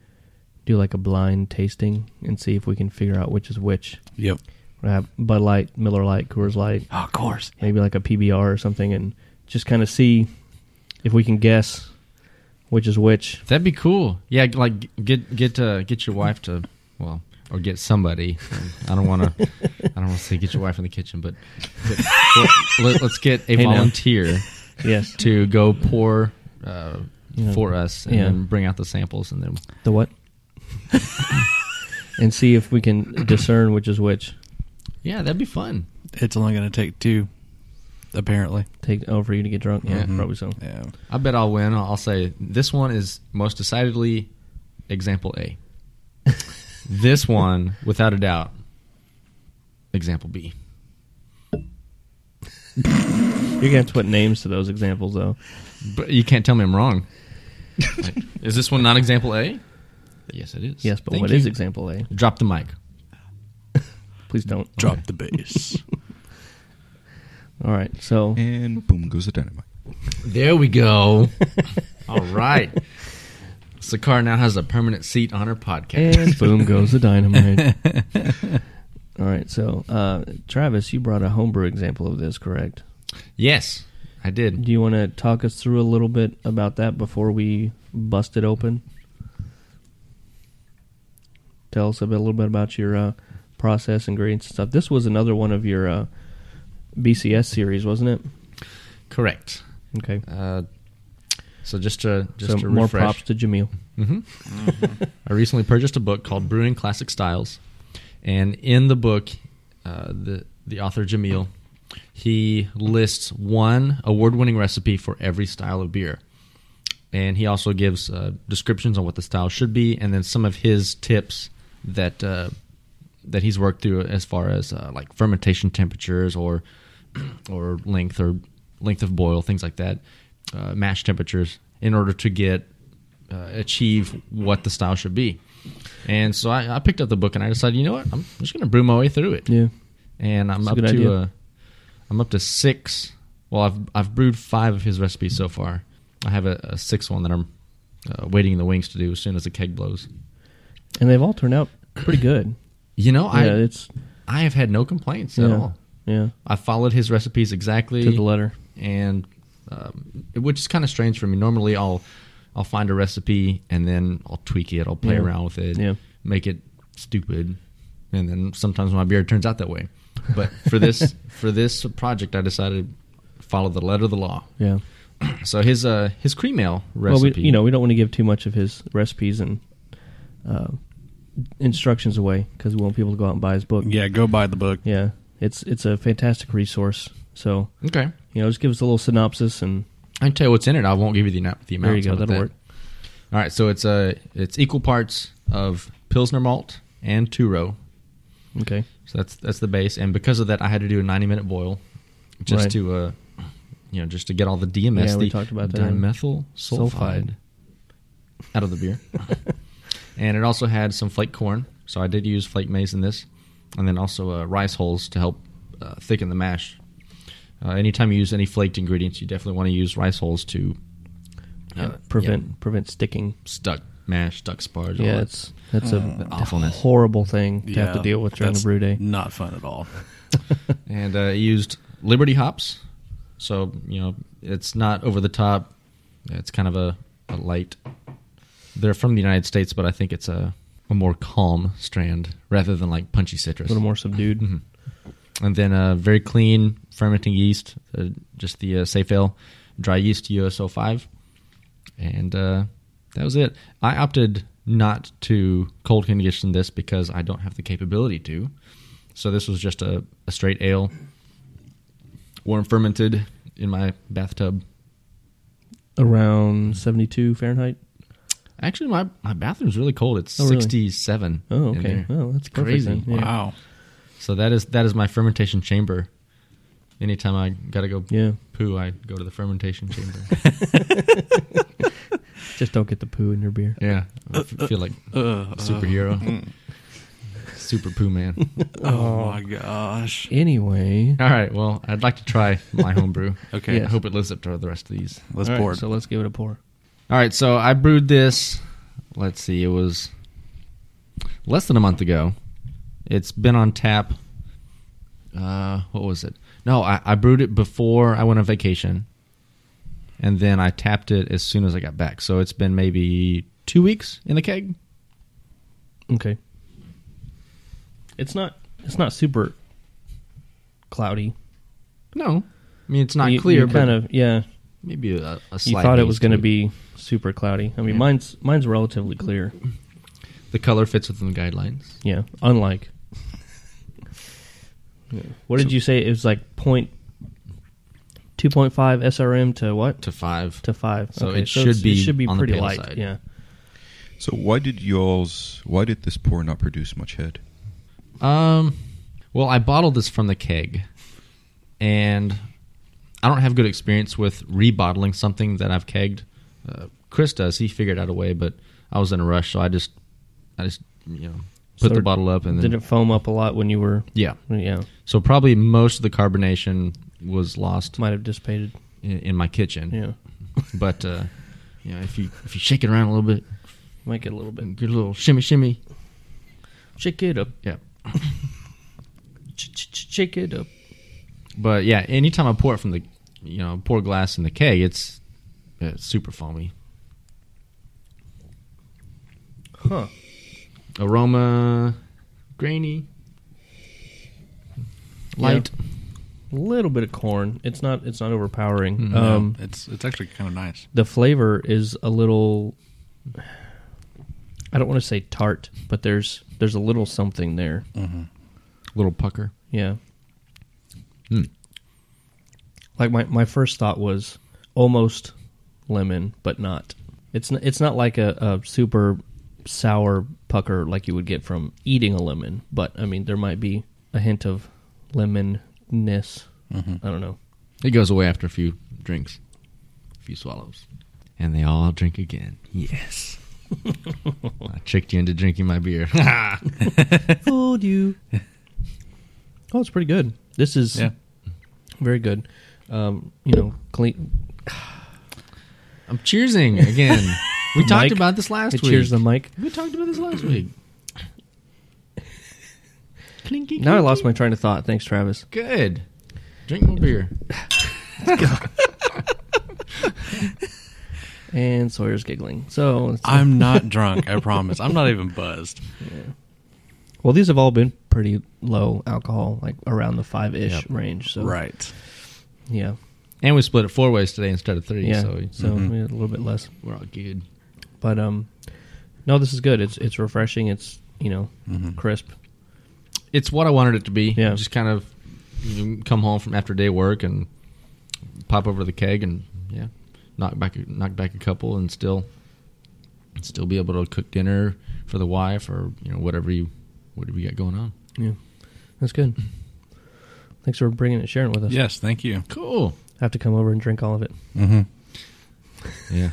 [SPEAKER 1] do like a blind tasting and see if we can figure out which is which.
[SPEAKER 2] Yep.
[SPEAKER 1] We're gonna have Bud Light, Miller Light, Coors Light,
[SPEAKER 2] Oh, of course.
[SPEAKER 1] maybe like a PBR or something, and just kind of see if we can guess which is which.
[SPEAKER 3] that'd be cool. Yeah, like get get uh, get your wife to well, or get somebody. I don't want to. I don't want to say get your wife in the kitchen, but, but let, us get a
[SPEAKER 1] Hey, now.
[SPEAKER 3] volunteer
[SPEAKER 1] Yes.
[SPEAKER 3] to go pour. Uh,
[SPEAKER 1] You know,
[SPEAKER 3] for us, and
[SPEAKER 1] yeah.
[SPEAKER 3] then bring out the samples, and then
[SPEAKER 1] The what? and see if we can discern which is which.
[SPEAKER 3] yeah, that'd be fun.
[SPEAKER 2] It's only going to take two, apparently.
[SPEAKER 1] Take oh for you to get drunk. Yeah, probably so.
[SPEAKER 2] Yeah.
[SPEAKER 3] I bet I'll win. I'll say this one is most decidedly example A. this one, without a doubt, example B.
[SPEAKER 1] You're gonna have to put names to those examples though.
[SPEAKER 3] But you can't tell me I'm wrong. Like, is this one not example A? Yes, it is.
[SPEAKER 1] Yes, but
[SPEAKER 3] Thank
[SPEAKER 1] what
[SPEAKER 3] you.
[SPEAKER 1] is example A?
[SPEAKER 3] Drop the mic.
[SPEAKER 1] Please don't.
[SPEAKER 2] Drop the bass.
[SPEAKER 1] All right. So
[SPEAKER 4] And boom goes the dynamite.
[SPEAKER 3] There we go. All right. Sakar now has a permanent seat on her podcast.
[SPEAKER 1] and boom goes the dynamite. All right. So uh, Travis, you brought a homebrew example of this, correct?
[SPEAKER 3] Yes, I did.
[SPEAKER 1] Do you want to talk us through a little bit about that before we bust it open? Tell us a, bit, a little bit about your uh, process, ingredients, and stuff. This was another one of your uh, BCS series, wasn't it?
[SPEAKER 3] Correct.
[SPEAKER 1] Okay.
[SPEAKER 3] Uh, so just to just
[SPEAKER 1] so
[SPEAKER 3] to
[SPEAKER 1] more
[SPEAKER 3] refresh.
[SPEAKER 1] props to Jamil.
[SPEAKER 3] I recently purchased a book called Brewing Classic Styles, and in the book, uh, the the author Jamil, he lists one award-winning recipe for every style of beer, and he also gives uh, descriptions on what the style should be, and then some of his tips that uh, that he's worked through as far as uh, like fermentation temperatures or or length or length of boil, things like that, uh, mash temperatures, in order to get uh, achieve what the style should be. And so I, I picked up the book and I decided, you know what, I'm just going to brew my way through it.
[SPEAKER 1] Yeah.
[SPEAKER 3] And I'm
[SPEAKER 1] That's a
[SPEAKER 3] up
[SPEAKER 1] good
[SPEAKER 3] to
[SPEAKER 1] idea.
[SPEAKER 3] uh, I'm up to six. Well, I've I've brewed five of his recipes so far. I have a, a sixth one that I'm uh, waiting in the wings to do as soon as the keg blows.
[SPEAKER 1] And they've all turned out pretty good.
[SPEAKER 3] You know,
[SPEAKER 1] yeah,
[SPEAKER 3] I
[SPEAKER 1] it's
[SPEAKER 3] I have had no complaints at
[SPEAKER 1] yeah,
[SPEAKER 3] all.
[SPEAKER 1] yeah
[SPEAKER 3] I followed his recipes exactly
[SPEAKER 1] to the letter.
[SPEAKER 3] and um, which is kind of strange for me. Normally, I'll I'll find a recipe and then I'll tweak it. I'll play
[SPEAKER 1] Yeah.
[SPEAKER 3] around with it,
[SPEAKER 1] Yeah.
[SPEAKER 3] make it stupid, and then sometimes my beer turns out that way. But for this for this project, I decided to follow the letter of the law.
[SPEAKER 1] Yeah.
[SPEAKER 3] So his uh his cream ale
[SPEAKER 1] Well,
[SPEAKER 3] recipe,
[SPEAKER 1] we, you know, we don't want to give too much of his recipes and uh, instructions away because we want people to go out and buy his book.
[SPEAKER 2] yeah, go buy the book.
[SPEAKER 1] Yeah, it's it's a fantastic resource. So
[SPEAKER 3] okay.
[SPEAKER 1] you know, just give us a little synopsis and
[SPEAKER 3] I can tell you what's in it. I won't give you the amount. The amount.
[SPEAKER 1] there you go. That'll work.
[SPEAKER 3] All right. So it's uh, it's equal parts of pilsner malt and two row.
[SPEAKER 1] Okay.
[SPEAKER 3] So that's that's the base, and because of that, I had to do a ninety minute boil, just
[SPEAKER 1] Right.
[SPEAKER 3] to uh, you know, just to get all the DMS,
[SPEAKER 1] Yeah, we
[SPEAKER 3] the
[SPEAKER 1] talked about that.
[SPEAKER 3] dimethyl
[SPEAKER 1] Sulfide.
[SPEAKER 3] sulfide out of the beer, and it also had some flake corn. So I did use flake maize in this, and then also uh, rice hulls to help uh, thicken the mash. Uh, anytime you use any flaked ingredients, you definitely want to use rice hulls to uh, yeah,
[SPEAKER 1] prevent prevent sticking.
[SPEAKER 3] stuck mash, stuck sparge. all
[SPEAKER 1] Yeah,
[SPEAKER 3] that.
[SPEAKER 1] it's that's
[SPEAKER 3] uh,
[SPEAKER 1] a
[SPEAKER 3] awfulness.
[SPEAKER 1] horrible thing to have to deal with during the
[SPEAKER 2] that's
[SPEAKER 1] brew day.
[SPEAKER 2] Not fun at all.
[SPEAKER 3] and uh, it used Liberty hops. So you know it's not over the top. It's kind of a, a light. They're from the United States, but I think it's a a more calm strand rather than like punchy
[SPEAKER 1] A
[SPEAKER 3] citrus.
[SPEAKER 1] little more subdued.
[SPEAKER 3] Mm-hmm. And then uh, very clean fermenting yeast, uh, just the uh, safe ale, dry yeast USO five, and uh, that was it. I opted not to cold condition this because I don't have the capability to. So this was just a, a straight ale warm fermented in my bathtub.
[SPEAKER 1] Around 72 Fahrenheit.
[SPEAKER 3] Actually, my, my bathroom's really cold. It's
[SPEAKER 1] Oh, really?
[SPEAKER 3] 67.
[SPEAKER 1] Oh,
[SPEAKER 3] in
[SPEAKER 1] okay.
[SPEAKER 3] there.
[SPEAKER 1] Oh, that's perfect
[SPEAKER 3] Crazy.
[SPEAKER 1] then. Yeah.
[SPEAKER 2] Wow.
[SPEAKER 3] So that is that is my fermentation chamber. Anytime I gotta go
[SPEAKER 1] Yeah.
[SPEAKER 3] poo, I go to the fermentation chamber.
[SPEAKER 1] Just don't get the poo in your beer.
[SPEAKER 3] yeah, I f- feel like
[SPEAKER 2] Uh,
[SPEAKER 1] mm.
[SPEAKER 3] a superhero, super poo man.
[SPEAKER 2] oh my gosh.
[SPEAKER 1] Anyway,
[SPEAKER 3] All right, well, I'd like to try my homebrew.
[SPEAKER 2] Okay.
[SPEAKER 3] I
[SPEAKER 1] Yes.
[SPEAKER 3] hope it lives up to the rest of these.
[SPEAKER 2] Let's
[SPEAKER 1] All right,
[SPEAKER 2] pour it.
[SPEAKER 1] so let's give it a pour.
[SPEAKER 3] All right, so I brewed this. Let's see, it was less than a month ago. It's been on tap. Uh, what was it? No, I, I brewed it before I went on vacation, and then I tapped it as soon as I got back. So it's been maybe two weeks in the keg.
[SPEAKER 1] Okay. It's not. It's not super cloudy.
[SPEAKER 3] No, I mean it's not
[SPEAKER 1] You-
[SPEAKER 3] clear,
[SPEAKER 1] you
[SPEAKER 3] but
[SPEAKER 1] kind of. Yeah.
[SPEAKER 3] maybe a, a
[SPEAKER 1] You
[SPEAKER 3] slight.
[SPEAKER 1] thought it
[SPEAKER 3] haze
[SPEAKER 1] was going to
[SPEAKER 3] it.
[SPEAKER 1] be super cloudy. I mean, mine's mine's relatively clear.
[SPEAKER 3] the color fits within the guidelines.
[SPEAKER 1] Yeah. Unlike. What did you say? It was like point. 2.5 SRM to what?
[SPEAKER 3] To five,
[SPEAKER 1] To five.
[SPEAKER 3] So
[SPEAKER 1] okay,
[SPEAKER 3] it
[SPEAKER 1] it's-
[SPEAKER 3] should be
[SPEAKER 1] it should be
[SPEAKER 3] on the
[SPEAKER 1] pretty
[SPEAKER 3] pale
[SPEAKER 1] light.
[SPEAKER 3] side.
[SPEAKER 1] Yeah.
[SPEAKER 4] So why did y'all's why did this pour not produce much head?
[SPEAKER 3] Um, well, I bottled this from the keg, and I don't have good experience with rebottling something that I've kegged. Uh, Chris does; he figured out a way, but I was in a rush, so I just, I just, you know,
[SPEAKER 1] So
[SPEAKER 3] put the bottle up and then
[SPEAKER 1] Did it foam up a lot when you were?
[SPEAKER 3] yeah.
[SPEAKER 1] Yeah.
[SPEAKER 3] So probably most of the carbonation was lost
[SPEAKER 1] Might have dissipated.
[SPEAKER 3] in, in my kitchen.
[SPEAKER 1] Yeah.
[SPEAKER 3] But uh, you know, if you if you shake it around a little bit,
[SPEAKER 1] Might get a little bit.
[SPEAKER 3] get a little shimmy shimmy.
[SPEAKER 1] Shake it up.
[SPEAKER 3] Yeah.
[SPEAKER 1] Shake it up.
[SPEAKER 3] But yeah, anytime I pour it from the, you know, pour glass in the keg, it's, it's super foamy.
[SPEAKER 1] Huh.
[SPEAKER 3] aroma, grainy, light.
[SPEAKER 1] A little bit of corn. It's not. It's not overpowering.
[SPEAKER 3] Mm-hmm.
[SPEAKER 2] Yeah,
[SPEAKER 1] Um,
[SPEAKER 2] it's it's actually kind of nice.
[SPEAKER 1] the flavor is a little. I don't want to say tart, but there's there's a little something there.
[SPEAKER 3] Little pucker.
[SPEAKER 1] Yeah.
[SPEAKER 3] Hmm.
[SPEAKER 1] Like my my first thought was almost lemon, but not. It's not, it's not like a, a super sour pucker like you would get from eating a lemon, but I mean there might be a hint of lemonness. I don't know.
[SPEAKER 3] It goes away after a few drinks, a few swallows, and they all drink again. Yes. I tricked you into drinking my beer.
[SPEAKER 1] Fooled you. Oh, it's pretty good. This is
[SPEAKER 2] Yeah.
[SPEAKER 1] very good. Um, you know, clean.
[SPEAKER 3] I'm cheersing again. We talked
[SPEAKER 1] Mike,
[SPEAKER 3] about this last
[SPEAKER 1] It
[SPEAKER 3] week.
[SPEAKER 1] cheers the mic.
[SPEAKER 3] we talked about this last week. Clinky.
[SPEAKER 1] Now I lost my train of thought. Thanks, Travis.
[SPEAKER 3] Good. Drink more beer.
[SPEAKER 1] And Sawyer's giggling. So it's-
[SPEAKER 2] I'm not drunk. I promise. I'm not even buzzed.
[SPEAKER 1] Well, these have all been pretty low alcohol, like around the five ish
[SPEAKER 3] Yep.
[SPEAKER 1] range. So
[SPEAKER 2] Right.
[SPEAKER 1] yeah,
[SPEAKER 3] And we split it four ways today instead of three,
[SPEAKER 1] yeah.
[SPEAKER 3] so
[SPEAKER 1] So,
[SPEAKER 3] Mm-hmm.
[SPEAKER 1] we had a little bit less,
[SPEAKER 3] we're all good.
[SPEAKER 1] but um, no, this is good. It's it's refreshing. It's you know
[SPEAKER 3] Mm-hmm.
[SPEAKER 1] crisp.
[SPEAKER 3] it's what I wanted it to be.
[SPEAKER 1] Yeah.
[SPEAKER 3] Just kind of you know, come home from after day work and pop over to the keg and yeah, knock back knock back a couple and still still be able to cook dinner for the wife or you know whatever you whatever you got going on.
[SPEAKER 1] Yeah, that's good. Thanks for bringing it, sharing it with us.
[SPEAKER 2] Yes. Thank you.
[SPEAKER 3] Cool.
[SPEAKER 1] I have to come over and drink all of it.
[SPEAKER 2] Mm-hmm,
[SPEAKER 3] Yeah.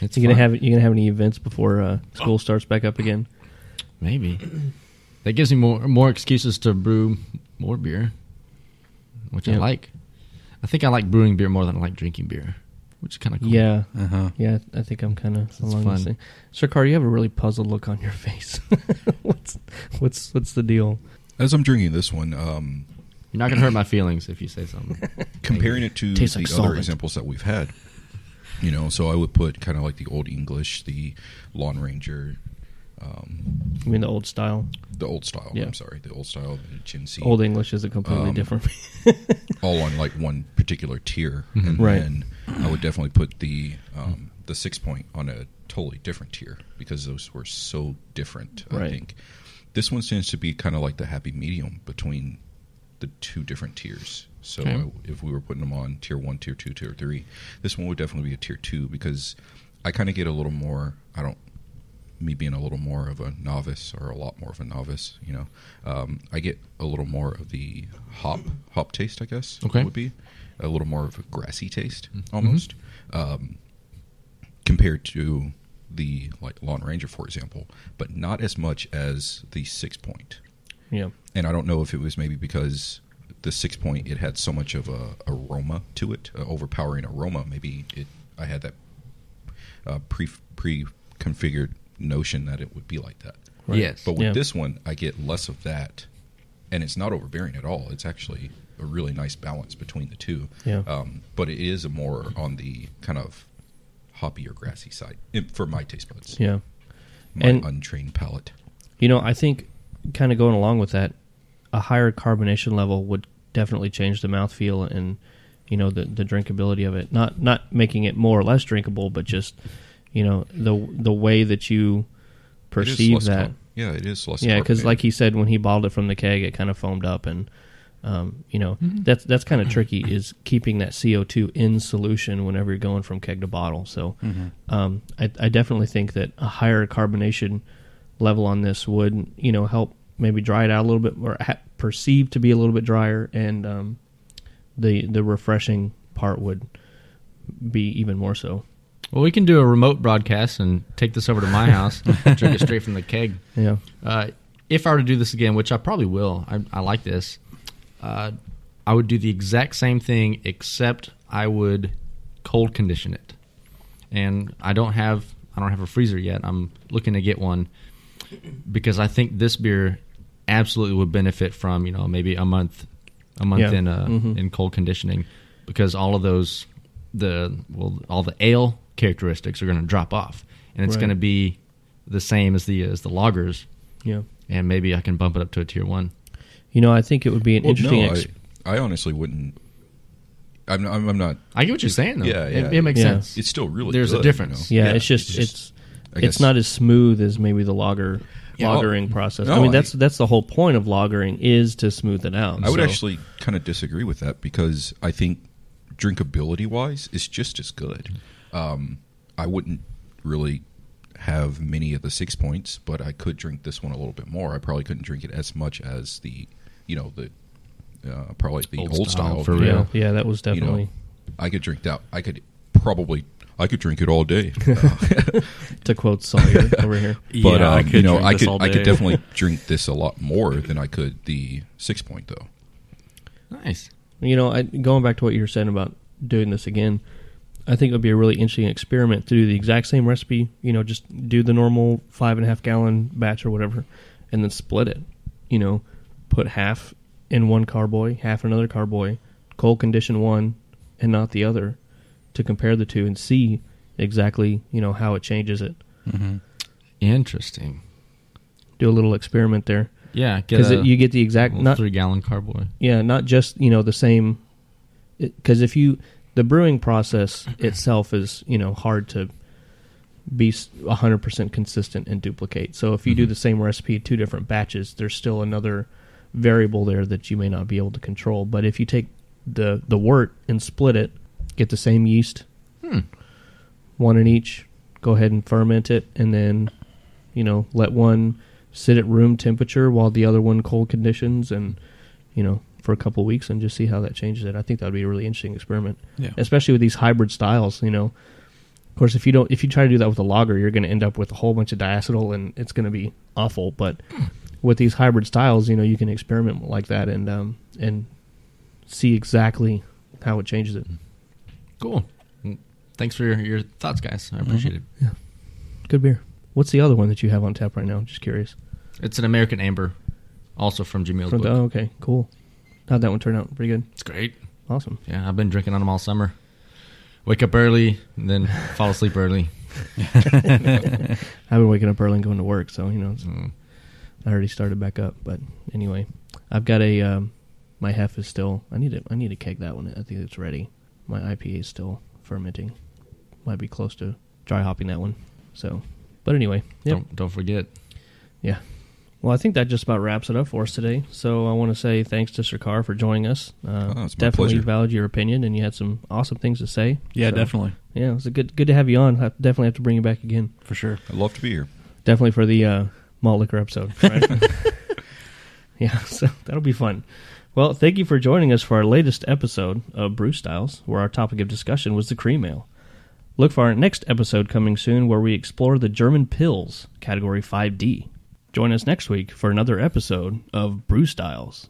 [SPEAKER 3] it's Oh.
[SPEAKER 1] You gonna
[SPEAKER 3] fun.
[SPEAKER 1] have you gonna have any events before uh, school starts back up again?
[SPEAKER 3] maybe that gives me more more excuses to brew more beer, which I
[SPEAKER 1] Yeah.
[SPEAKER 3] like. I think I like brewing beer more than I like drinking beer, which is kind of cool.
[SPEAKER 1] Yeah,
[SPEAKER 2] Uh huh.
[SPEAKER 1] yeah. I think I'm kind of along
[SPEAKER 3] fun.
[SPEAKER 1] this thing. Sirkar, you have a really puzzled look on your face. what's what's what's the deal?
[SPEAKER 4] As I'm drinking this one, um,
[SPEAKER 3] You're not gonna hurt my feelings if you say something.
[SPEAKER 4] comparing it to
[SPEAKER 1] Tastes
[SPEAKER 4] the
[SPEAKER 1] like
[SPEAKER 4] other
[SPEAKER 1] solvent.
[SPEAKER 4] examples that we've had, you know, so I would put kind of like the old English, the Lawn Ranger, um,
[SPEAKER 1] I mean, the old style.
[SPEAKER 4] the old style.
[SPEAKER 1] Yeah.
[SPEAKER 4] I'm sorry, the old style, the Jinsei,
[SPEAKER 1] Old English is a
[SPEAKER 4] Um,
[SPEAKER 1] completely different.
[SPEAKER 4] all on like one particular tier, and
[SPEAKER 1] Mm-hmm. Right.
[SPEAKER 4] then I would definitely put the um, the six point on a totally different tier because those were so different. I
[SPEAKER 1] Right.
[SPEAKER 4] think this one seems to be kind of like the happy medium between the two different tiers. So
[SPEAKER 6] Okay.
[SPEAKER 4] I- if we were putting them on tier one, tier two, tier three, this one would definitely be a tier two because I kind of get a little more. I don't me being a little more of a novice or a lot more of a novice. You know, um, I get a little more of the hop hop taste. I guess
[SPEAKER 6] Okay.
[SPEAKER 4] would be a little more of a grassy taste almost um, compared to the like Lone Ranger, for example, but not as much as the six point
[SPEAKER 1] Yeah.
[SPEAKER 4] and I don't know if it was maybe because the six point it had so much of a aroma to it, a overpowering aroma. Maybe it I had that uh, pre pre configured notion that it would be like that.
[SPEAKER 3] Yes.
[SPEAKER 4] But with
[SPEAKER 1] Yeah.
[SPEAKER 4] this one, I get less of that, and it's not overbearing at all. It's actually a really nice balance between the two.
[SPEAKER 1] Yeah.
[SPEAKER 4] Um, but it is more on the kind of hoppy or grassy side in- for my taste buds,
[SPEAKER 1] Yeah.
[SPEAKER 4] my
[SPEAKER 1] And-
[SPEAKER 4] untrained palate.
[SPEAKER 1] You know, I think kind of going along with that, a higher carbonation level would definitely change the mouthfeel and you know the the drinkability of it. Not not making it more or less drinkable, but just you know the the way that you
[SPEAKER 4] It is
[SPEAKER 1] perceive
[SPEAKER 4] less
[SPEAKER 1] that.
[SPEAKER 4] car- yeah, it is less.
[SPEAKER 1] Yeah, because
[SPEAKER 4] carbonated.
[SPEAKER 1] like he said, when he bottled it from the keg, it kind of foamed up, and um, you know that's that's kind of tricky is keeping that CO two in solution whenever you're going from keg to bottle. So um, I, I definitely think that a higher carbonation level on this would you know help maybe dry it out a little bit or ha- perceived to be a little bit drier, and um, the the refreshing part would be even more so.
[SPEAKER 3] Well, we can do a remote broadcast and take this over to my house, drink it straight from the keg.
[SPEAKER 1] Yeah,
[SPEAKER 3] Uh, if I were to do this again, which I probably will, I, I like this. Uh, I would do the exact same thing, except I would cold condition it. And I don't have I don't have a freezer yet. I'm looking to get one because I think this beer absolutely would benefit from you know maybe a month a month
[SPEAKER 1] Yeah. Mm-hmm.
[SPEAKER 3] in uh, in cold conditioning because all of those the well all the ale characteristics are going to drop off and it's
[SPEAKER 1] Right.
[SPEAKER 3] going to be the same as the as the lagers
[SPEAKER 1] yeah.
[SPEAKER 3] and maybe I can bump it up to a tier one.
[SPEAKER 1] You know, I think it would be an
[SPEAKER 4] Well,
[SPEAKER 1] interesting.
[SPEAKER 4] no,
[SPEAKER 1] ex-
[SPEAKER 4] I, I honestly wouldn't. I'm not, I'm, I'm not.
[SPEAKER 3] I get what you're saying though.
[SPEAKER 4] Yeah,
[SPEAKER 3] It-
[SPEAKER 4] yeah.
[SPEAKER 3] it, makes
[SPEAKER 1] Yeah.
[SPEAKER 3] sense.
[SPEAKER 4] It's still really.
[SPEAKER 3] There's a
[SPEAKER 4] good,
[SPEAKER 3] difference.
[SPEAKER 1] yeah, it's just it's.
[SPEAKER 4] I guess-
[SPEAKER 1] it's not as smooth as maybe the lager
[SPEAKER 4] Yeah.
[SPEAKER 1] lagering process. I
[SPEAKER 4] no,
[SPEAKER 1] mean,
[SPEAKER 4] I-
[SPEAKER 1] that's that's the whole point of lagering is to smooth it out.
[SPEAKER 4] I would
[SPEAKER 1] so-
[SPEAKER 4] actually kind of disagree with that because I think drinkability wise, it's just as good. Um, I wouldn't really have many of the six points, but I could drink this one a little bit more. I probably couldn't drink it as much as the, you know, the uh, probably the
[SPEAKER 3] Old
[SPEAKER 4] old,
[SPEAKER 3] style,
[SPEAKER 4] style,
[SPEAKER 3] for
[SPEAKER 1] yeah,
[SPEAKER 3] real.
[SPEAKER 1] yeah, that was
[SPEAKER 4] you know,
[SPEAKER 1] definitely
[SPEAKER 4] I could drink that. I could probably. I could drink it all day. Uh,
[SPEAKER 1] to quote Sawyer over here.
[SPEAKER 4] But
[SPEAKER 2] Yeah, I
[SPEAKER 4] um,
[SPEAKER 2] could
[SPEAKER 4] you know,
[SPEAKER 2] drink
[SPEAKER 4] I
[SPEAKER 2] this
[SPEAKER 4] could
[SPEAKER 2] all
[SPEAKER 4] I
[SPEAKER 2] day.
[SPEAKER 4] could definitely drink this a lot more than I could the six point though.
[SPEAKER 3] Nice.
[SPEAKER 1] You know, I, going back to what you were saying about doing this again, I think it would be a really interesting experiment to do the exact same recipe. You know, just do the normal five and a half gallon batch or whatever, and then split it. You know, put half in one carboy, half in another carboy, cold condition one and not the other, to compare the two and see exactly you know how it changes it.
[SPEAKER 3] Interesting.
[SPEAKER 1] Do a little experiment there
[SPEAKER 3] Yeah, get
[SPEAKER 1] because
[SPEAKER 3] a
[SPEAKER 1] you get the exact
[SPEAKER 3] little
[SPEAKER 1] not
[SPEAKER 3] three gallon carboy.
[SPEAKER 1] Yeah, not just you know the same, because if you the brewing process itself is you know hard to be hundred percent consistent and duplicate. So if you do the same recipe two different batches, there's still another variable there that you may not be able to control. But if you take the the wort and split it, get the same yeast, one in each. Go ahead and ferment it, and then you know let one sit at room temperature while the other one cold conditions and you know, for a couple weeks and just see how that changes it. I think that would be a really interesting experiment,
[SPEAKER 2] Yeah.
[SPEAKER 1] especially with these hybrid styles. You know, of course, if you don't, if you try to do that with a lager, you're going to end up with a whole bunch of diacetyl and it's going to be awful. But with these hybrid styles, you know, you can experiment like that and um, and see exactly how it changes it.
[SPEAKER 3] Cool. Mm, Thanks for your, your thoughts, guys.
[SPEAKER 1] Mm-hmm.
[SPEAKER 3] I appreciate it.
[SPEAKER 1] Good beer. What's the other one that you have on tap right now? Just curious.
[SPEAKER 3] It's an American Amber, also from Jamil's
[SPEAKER 1] From
[SPEAKER 3] book.
[SPEAKER 1] the, oh, okay, cool. How'd that one turn out? Pretty good.
[SPEAKER 3] It's great.
[SPEAKER 1] Awesome.
[SPEAKER 3] Yeah, I've been drinking on them all summer. Wake up early and then fall asleep early.
[SPEAKER 1] I've been waking up early and going to work, so you know, it's,
[SPEAKER 4] Mm.
[SPEAKER 1] I already started back up. But anyway, I've got a um, my hef is still. I need to I need to keg that one. I think it's ready. My IPA is still fermenting. Might be close to dry hopping that one. So, but anyway, yep.
[SPEAKER 3] Don't don't forget.
[SPEAKER 1] yeah, Well, I think that just about wraps it up for us today. So I want to say thanks to Shakar for joining us. Uh,
[SPEAKER 4] Oh, it's my
[SPEAKER 1] definitely
[SPEAKER 4] pleasure.
[SPEAKER 1] valid your opinion, and you had some awesome things to say.
[SPEAKER 2] Yeah,
[SPEAKER 1] So,
[SPEAKER 2] definitely.
[SPEAKER 1] Yeah, it was a good good to have you on. I definitely have to bring you back again.
[SPEAKER 2] For sure.
[SPEAKER 4] I'd love to be here.
[SPEAKER 1] Definitely for the uh, malt liquor episode. Right? yeah, so that'll be fun. Well, thank you for joining us for our latest episode of Brew Styles, where our topic of discussion was the cream ale. Look for our next episode coming soon, where we explore the German pills, category 5D. Join us next week for another episode of Brew Styles.